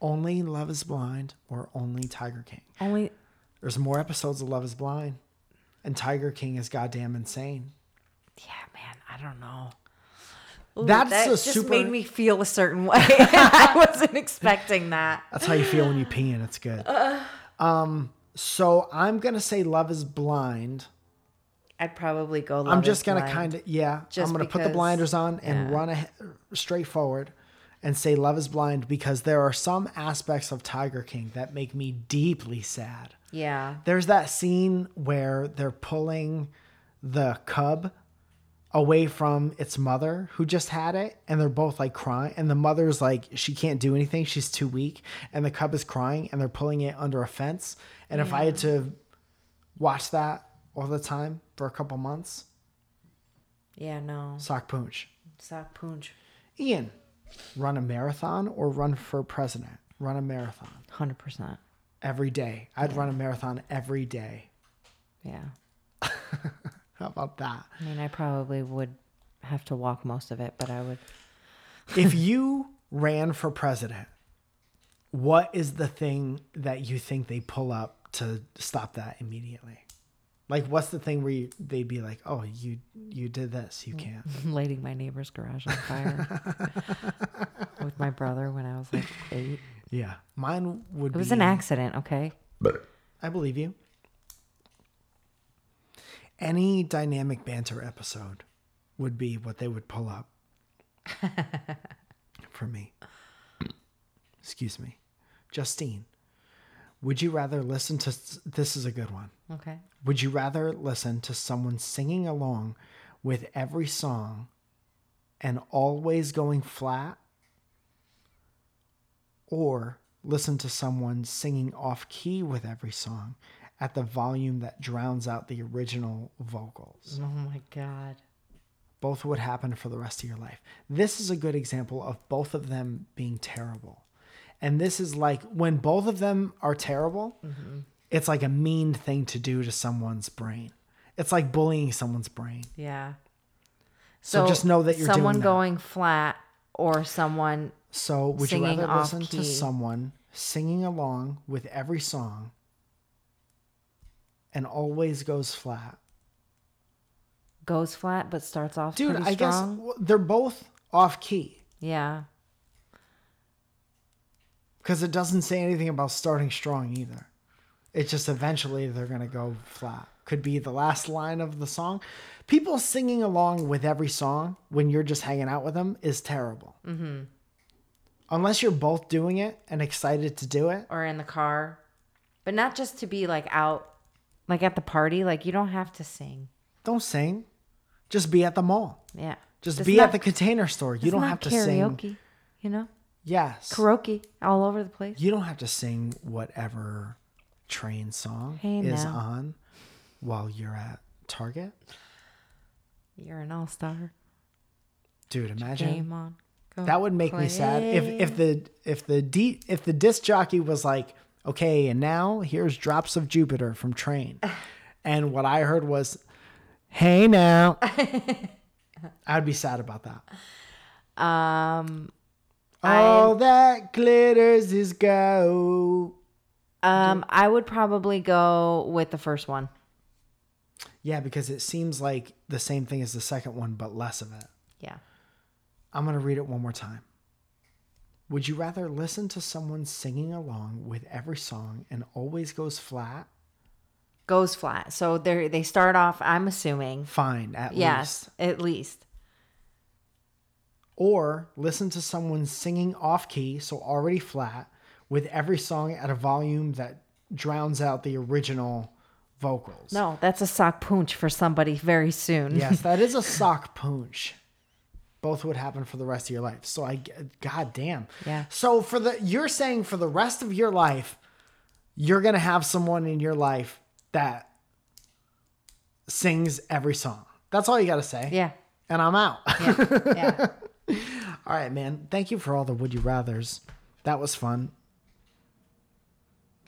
quarantine.
Only Love is Blind or only Tiger King.
Only
There's more episodes of Love is Blind. And Tiger King is goddamn insane.
Yeah, man, I don't know. Ooh,
That's
that
a
just
super-
made me feel a certain way. I wasn't expecting that.
That's how you feel when you pee and it's good. Um,
Uh.
so I'm gonna say Love is Blind.
I'd probably go.
I'm just gonna kind of yeah.
Just
I'm gonna put the
because-
blinders on and run a, straight forward and say Love is Blind because there are some aspects of Tiger King that make me deeply sad.
Yeah.
There's that scene where they're pulling the cub away from its mother who just had it and they're both like crying and the mother's like she can't do anything she's too weak and the cub is crying and they're pulling it under a fence and if i had to watch that all the time for a couple months
Yeah. No.
sock punch
Sock punch.
ian run a marathon or run for president run a marathon
Hundred percent.
every day i'd run a marathon every day
Yeah.
How about that?
I mean, I probably would have to walk most of it, but I would.
if you ran for president, what is the thing that you think they pull up to stop that immediately? Like, what's the thing where you, they'd be like, "Oh, you you did this, you can't."
lighting my neighbor's garage on fire with my brother when I was like eight.
Yeah, mine would.
It was
be,
an accident, okay?
I believe you. Any dynamic banter episode would be what they would pull up for me. Excuse me. Justine, would you rather listen to this? Is a good one.
Okay.
Would you rather listen to someone singing along with every song and always going flat? Or listen to someone singing off key with every song at the volume that drowns out the original vocals?
Oh my god.
both would happen for the rest of your life. This is a good example of both of them being terrible. And this is like when both of them are terrible,
Mm-hmm.
it's like a mean thing to do to someone's brain. It's like bullying someone's brain.
Yeah.
So just know that you're doing
someone
that.
going flat or someone
So, would
Singing
you rather
off
listen
key.
to someone singing along with every song and always goes flat?
goes flat but starts off
Dude,
pretty
I guess
strong.
w- they're both off key
yeah.
because it doesn't say anything about starting strong either. It's just eventually they're gonna go flat. Could be the last line of the song. People singing along with every song when you're just hanging out with them is terrible. Mm-hmm. Unless you're both doing it and excited to do it.
Or in the car. But not just to be like out like at the party, like you don't have to sing.
Don't sing. Just be at the mall.
Yeah.
Just
It's
be
not-
at the container store. You
it's
don't
not
have to
karaoke,
sing.
you know?
Yes.
Karaoke all over the place.
You don't have to sing whatever train song
Hey,
is
now.
on while you're at Target.
You're an all-star.
Dude, imagine
Game on. Go
That would make me sad if if the if the D, if the disc jockey was like, okay, and now here's Drops of Jupiter from Train, and what I heard was, hey now, I'd be sad about that.
Um,
All that glitters is gold.
um, I would probably go with the first one.
Yeah, because it seems like the same thing as the second one, but less of it.
Yeah.
I'm going to read it one more time. Would you rather listen to someone singing along with every song and always goes flat?
Goes flat. So they they start off, I'm assuming.
Fine, at least.
yes, at least.
or listen to someone singing off key, so already flat, with every song at a volume that drowns out the original vocals.
No, that's a sock punch for somebody very soon.
Yes, that is a sock punch. Both would happen for the rest of your life. So I, g- god damn.
Yeah.
So for the, you're saying for the rest of your life, you're gonna have someone in your life that sings every song. That's all you gotta say.
yeah.
And I'm out.
Yeah.
All right, man. Thank you for all the would you rather's. That was fun.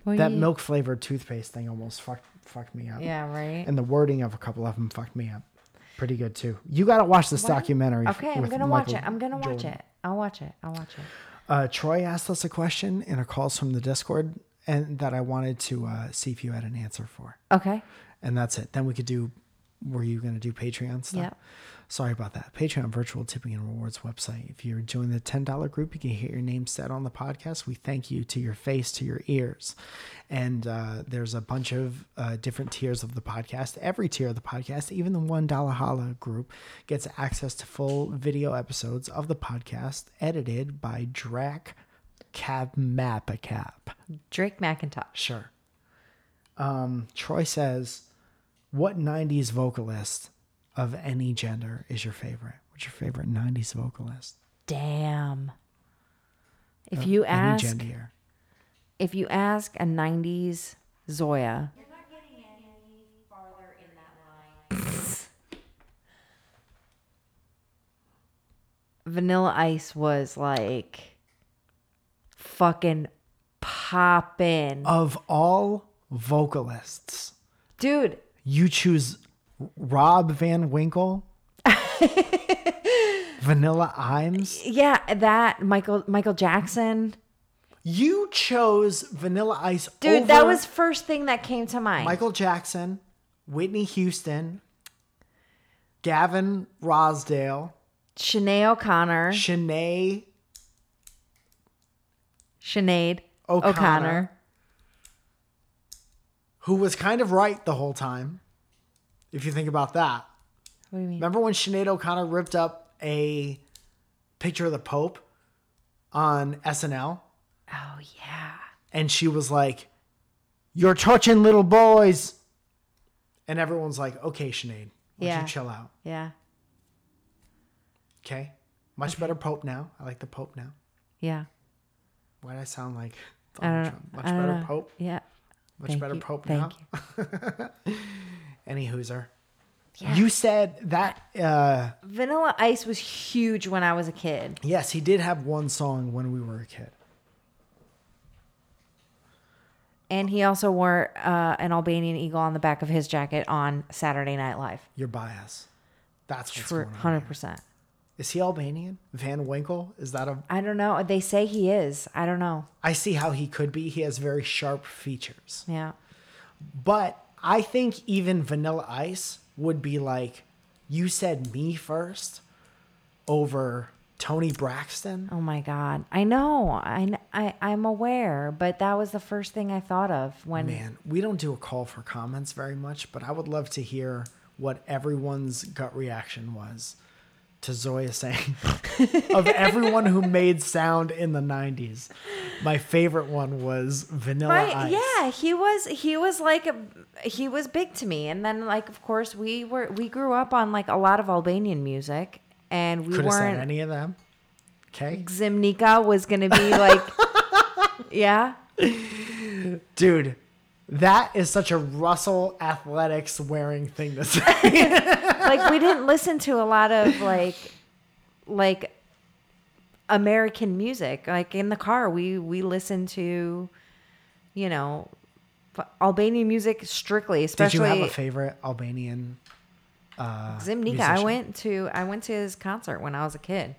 Well,
That
you-
milk flavored toothpaste thing almost fucked fucked me up.
Yeah, right.
And the wording of a couple of them fucked me up. Pretty good too. You got to watch this documentary. f-
Okay, I'm
with
gonna watch
Michael
it. I'm gonna watch
Jordan.
it. I'll watch it. I'll watch it.
Uh, Troy asked us a question in a calls from the Discord, and that I wanted to uh, see if you had an answer for.
Okay.
And that's it. Then we could do. Were you going to do Patreon stuff?
Yep.
Sorry about that. Patreon virtual tipping and rewards website. If you join the $10 group, you can hear your name said on the podcast. We thank you to your face, to your ears. And uh, there's a bunch of uh, different tiers of the podcast. Every tier of the podcast, even the $1 Holla group, gets access to full video episodes of the podcast edited by Drac Cab Mapacap.
Drake McIntosh.
Sure. Um, Troy says, "What '90s vocalist of any gender is your favorite? What's your favorite '90s vocalist?
Damn. If you
Uh, any
ask,
gender?
if you ask a '90s Zoya,
You're not getting any farther in that line.
Vanilla Ice was like fucking poppin'.
Oh. Of all vocalists,
Dude,
you choose Rob Van Winkle, Vanilla Imes.
Yeah, that Michael Michael Jackson.
You chose Vanilla Ice,
Dude,
over
that was first thing that came to mind.
Michael Jackson, Whitney Houston, Gavin Rosdale,
Shanae O'Connor.
Shanae
Sinead
O'Connor.
O'Connor.
who was kind of right the whole time, if you think about that.
What do you mean?
Remember when Sinead O'Connor ripped up a picture of the Pope on SNL?
Oh yeah.
And she was like, You're touching little boys. And everyone's like, Okay, Sinead, would
Yeah.
you chill out?
Yeah.
Okay. Much better Pope now. I like the Pope now.
Yeah.
Why did I sound like
I
Donald Trump?
don't,
Much
I don't
better
know.
Pope.
Yeah.
Much
Thank
better
you.
Pope
Thank
now.
you.
Any hooser.
Yeah.
You said that uh
Vanilla Ice was huge when I was a kid.
yes, he did have one song when we were a kid.
And he also wore uh, an Albanian eagle on the back of his jacket on Saturday Night Live.
You're bias. That's what's
True,
going on.
100%.
Is he Albanian? Van Winkle? Is that a
I don't know. They say he is. I don't know.
I see how he could be. He has very sharp features.
Yeah.
But I think even Vanilla Ice would be like, you said me first over Tony Braxton.
Oh my God. I know. I, kn- I, I'm aware, but that was the first thing I thought of when.
Man, we don't do a call for comments very much, but I would love to hear what everyone's gut reaction was to Zoya saying of everyone who made sound in the 90s. My favorite one was Vanilla
My,
Ice.
yeah, he was he was like a, he was big to me, and then like of course we were we grew up on like a lot of Albanian music, and we
Could have said
weren't
any of them. Okay.
Zimnika was gonna be like, yeah,
Dude, that is such a Russell athletics wearing thing to say.
like we didn't listen to a lot of like like American music. Like in the car, we we listened to, you know, f- Albanian music strictly.
Did
Especially
you have a favorite Albanian?
Zimnika. I
musician?
went to I went to his concert when I was a kid.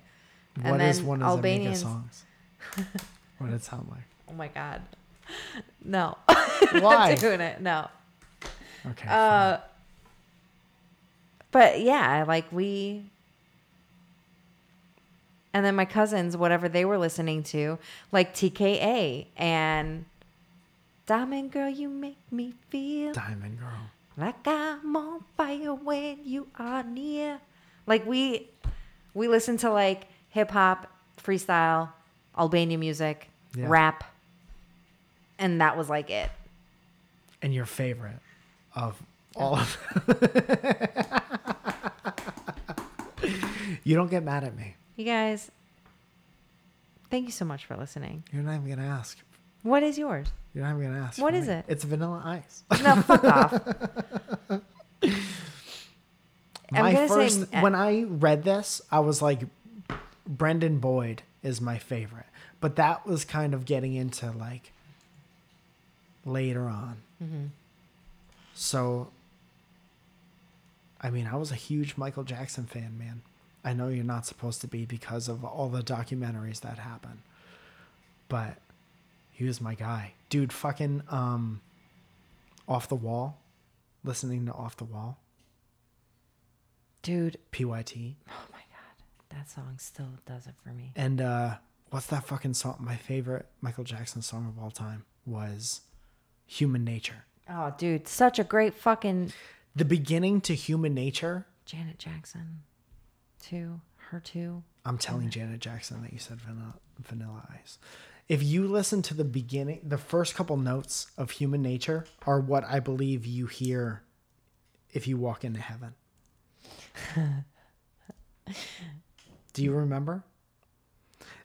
And
What is
then
one of Albanian
Albanians-
songs? what did it sound like?
Oh my god, no,
Why?
I'm doing it no.
Okay.
Uh, but yeah, like we. And then my cousins, whatever they were listening to, like TKA and Diamond Girl, you make me feel
Diamond Girl.
like I'm on fire when you are near. Like we, we listen to like hip hop, freestyle, Albania music,
Yeah.
rap, and that was like it.
And your favorite of all of You don't get mad at me.
You guys, thank you so much for listening.
You're not even gonna ask.
What is yours?
You're not even gonna ask.
What
for
is
me.
it?
It's vanilla ice.
No, fuck off. I'm
my
gonna say
first
n-
when I read this, I was like, Brendan Boyd is my favorite, but that was kind of getting into like later on.
Mm-hmm.
So, I mean, I was a huge Michael Jackson fan, man. I know you're not supposed to be because of all the documentaries that happen, but he was my guy, dude. Fucking um, off the wall, listening to off the wall.
Dude,
PYT.
oh my God. That song still does it for me.
And uh what's that fucking song? My favorite Michael Jackson song of all time was Human Nature.
Oh, dude, such a great fucking
The beginning to Human Nature.
Janet Jackson, too. Her, too.
I'm telling Janet Jackson that you said vanilla, vanilla ice. If you listen to the beginning, the first couple notes of Human Nature are what I believe you hear if you walk into heaven. Do you remember?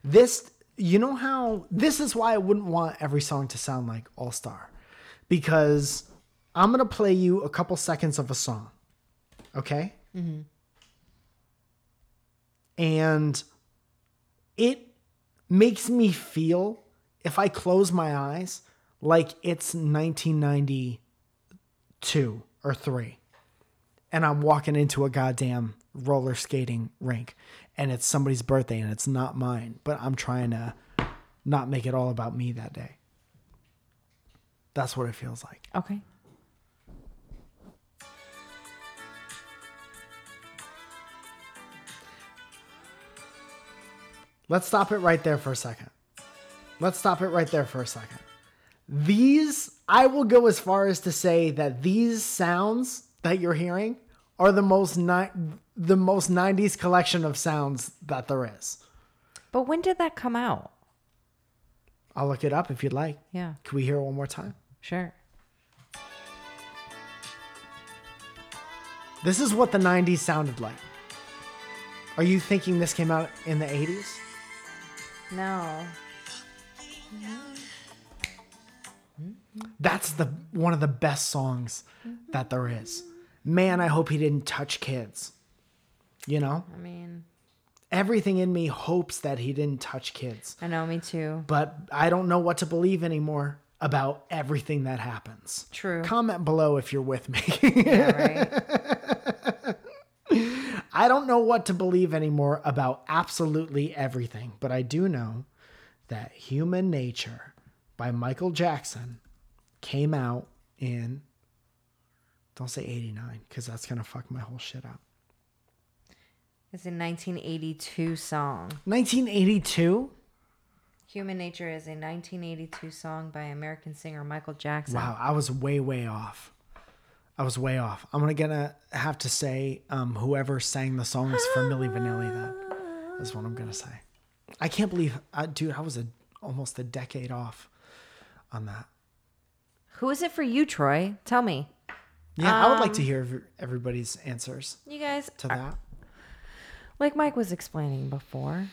This, you know how, this is why I wouldn't want every song to sound like All Star because I'm going to play you a couple seconds of a song. Okay? and it makes me feel if I close my eyes like it's 1992 or 3 and I'm walking into a goddamn roller skating rink and it's somebody's birthday and it's not mine, but I'm trying to not make it all about me that day. That's what it feels like.
Okay.
Let's stop it right there for a second. Let's stop it right there for a second. These, I will go as far as to say that these sounds that you're hearing are the most ni- the most 90s collection of sounds that there is.
But when did that come out?
I'll look it up if you'd like.
Yeah,
Can we hear it one more time?
sure.
This is what the 90s sounded like. Are you thinking this came out in the 80s?
No.
That's the one of the best songs that there is. Man, I hope he didn't touch kids. You know?
I mean,
everything in me hopes that he didn't touch kids,
I know, me too.
but I don't know what to believe anymore about everything that happens.
True.
Comment below if you're with me.
Yeah, right?
I don't know what to believe anymore about absolutely everything, but I do know that Human Nature by Michael Jackson came out in don't say 89 cuz that's going to fuck my whole shit up.
It's a 1982 song.
1982?
Human Nature is a 1982 song by American singer Michael Jackson.
Wow, I was way way off. I was way off. I'm gonna gonna have to say um, whoever sang the songs for Milli Vanilli. That is what I'm gonna say. I can't believe, I, dude, I was a, almost a decade off on that.
Who is it for you, Troy? Tell me.
Yeah, I would like to hear ev- everybody's answers
You guys,
to that.
like Mike was explaining before,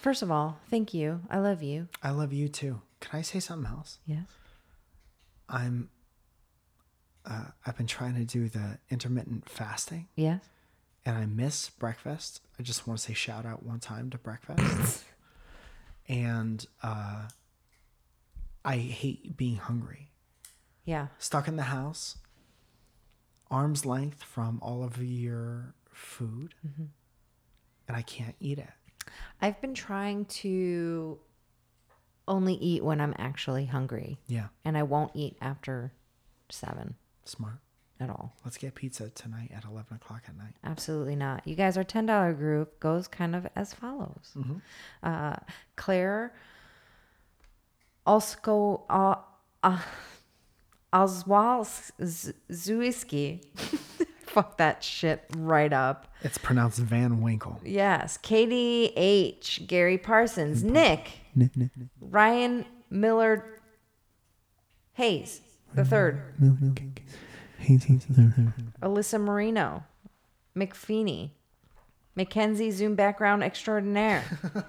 first of all, thank you. I love you.
I love you too. Can I say something else?
Yes.
I'm. Uh, I've been trying to do the intermittent fasting,
Yes.
and I miss breakfast. I just want to say shout out one time to breakfast. and uh, I hate being hungry.
Yeah.
Stuck in the house, arm's length from all of your food, and I can't eat it.
I've been trying to only eat when I'm actually hungry,
Yeah,
and I won't eat after seven
smart.
at all.
Let's get pizza tonight at 11 o'clock at night.
Absolutely not. You guys, our ten dollar group goes kind of as follows: uh, Claire, Osko, uh, uh, Oswald Z- Zewicki. Fuck that shit right up.
It's pronounced Van Winkle.
Yes, Katie H, Gary Parsons, Nick, Ryan Miller, Hayes the third, Alyssa Marino, McFeeney, Mackenzie Zoom background extraordinaire.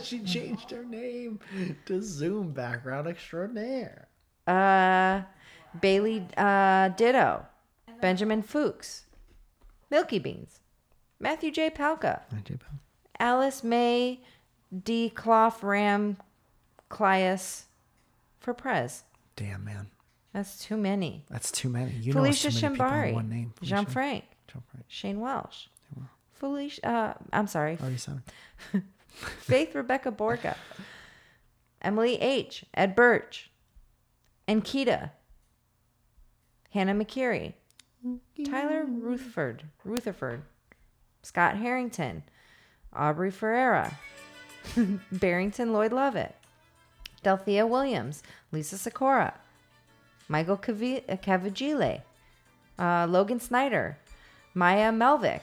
she changed her name to Zoom Background Extraordinaire.
uh, Bailey uh, Ditto, Benjamin Fuchs, Milky Beans, Matthew J. Palka, Alice May D. Clough Ram Clias for Prez.
Damn, man.
That's too many.
That's too many. You
Felicia
know it's too many people in
Shambari,
one name.
Jean
Felicia-
Frank,
Jean Frank.
Shane Welsh, Felicia, uh, I'm sorry,
Already seven.
Faith Rebecca Borga, Emily H., Ed Birch, and Keita, Hannah McCary, Tyler Rutherford, Rutherford, Scott Harrington, Aubrey Ferreira, Barrington Lloyd Lovett, Delthea Williams, Lisa Sikora, Michael Cavi- uh, Cavagile, uh, Logan Snyder, Maya Melvick,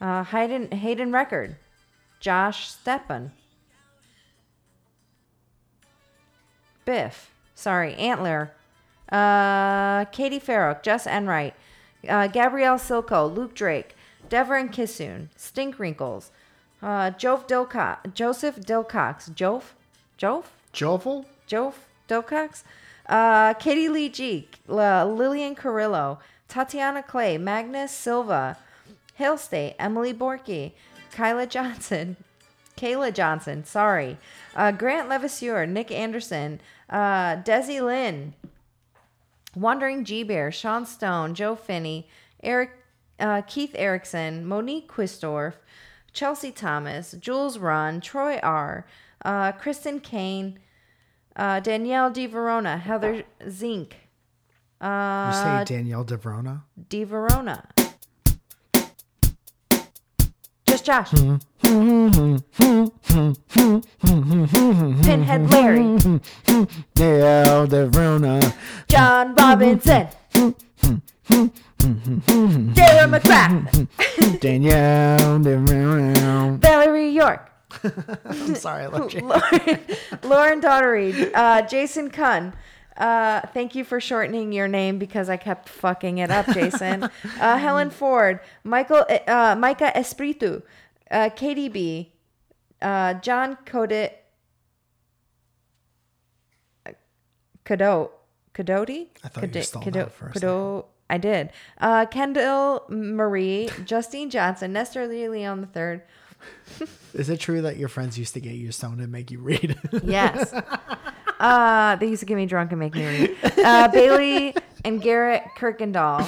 uh, Hayden, Hayden Record, Josh Steppen, Biff, sorry, Antler, uh, Katie Farrock, Jess Enright, uh, Gabrielle Silko, Luke Drake, Devon Kissoon, Stink Wrinkles, uh, Jove Dilcox, Joseph Dilcox, Jove, Jove,
Jovel?
Jove Docox, uh, Katie Lee G, L- Lillian Carrillo, Tatiana Clay, Magnus Silva, Hale State, Emily Borky, Kyla Johnson, Kayla Johnson, sorry, uh, Grant Levasseur, Nick Anderson, uh, Desi Lynn, Wandering G Bear, Sean Stone, Joe Finney, Eric uh, Keith Erickson, Monique Quistorf, Chelsea Thomas, Jules Run, Troy R., uh, Kristen Kane, uh, Danielle Di Verona, Heather Zink,
You
uh,
say Danielle DeVrona?
Di Verona. Just Josh. Pinhead Larry.
Danielle DeVrona.
John Robinson. Hmm. Sarah McCrack.
Danielle DeVrona.
Valerie York.
I'm sorry, I left you.
Lauren, Lauren Daughtery, uh, Jason Cunn. Uh, thank you for shortening your name because I kept fucking it up, Jason. uh, Helen Ford, Michael, uh, Micah Espiritu, uh, Katie B, uh, John Codet, Cadote, Cadote.
I thought you
Cado-
stalled
Cado-
out for a
Cado- I did. Uh, Kendall Marie, Justine Johnson, Nestor Lee Leon III.
Is it true that your friends used to get you stoned and make you read?
Yes. Uh, they used to get me drunk and make me read. Uh, Bailey and Garrett Kirkendall,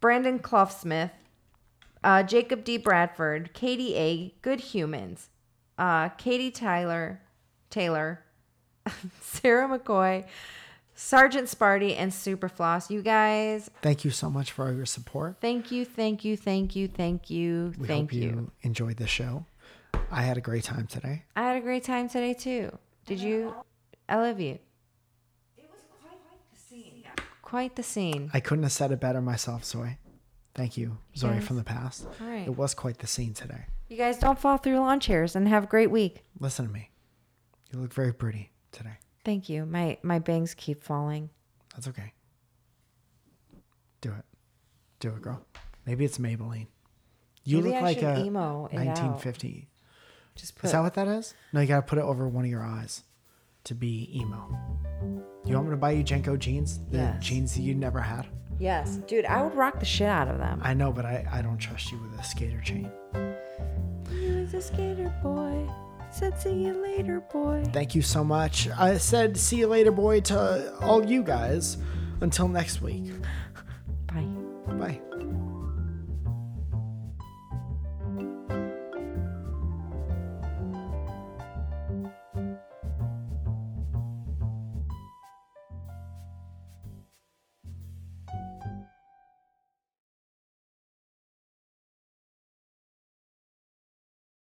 Brandon Cloughsmith, uh, Jacob D. Bradford, Katie A. Good Humans, uh, Katie Tyler, Taylor, Sarah McCoy, Sergeant Sparty, and Superfloss. You guys,
Thank you so much for all your support.
thank you, thank you, thank you, thank you,
We
thank
hope you, enjoyed the show. I had a great time today.
I had a great time today too. Did you? I love you.
It was quite the scene.
Quite the scene.
I couldn't have said it better myself, Zoe. Thank you, Zoe
Yes.
from the past.
All right.
It was quite the scene today.
You guys don't fall through lawn chairs and have a great week.
Listen to me. You look very pretty today.
Thank you. My my bangs keep falling.
That's okay. Do it. Do it, girl. Maybe it's Maybelline. You
Maybe
look
I
like
should
a
emo it out.
1950.
Just put
Is that what that is? No, you gotta put it over one of your eyes to be emo. You want me to buy you Jenko jeans? The
Yes.
jeans that you never had?
Yes, dude, I would rock the shit out of them.
I know, but I, I don't trust you with a skater chain.
He was a skater boy. Said see you later, boy.
Thank you so much. I said see you later, boy, to all you guys. Until next week.
Bye.
Bye.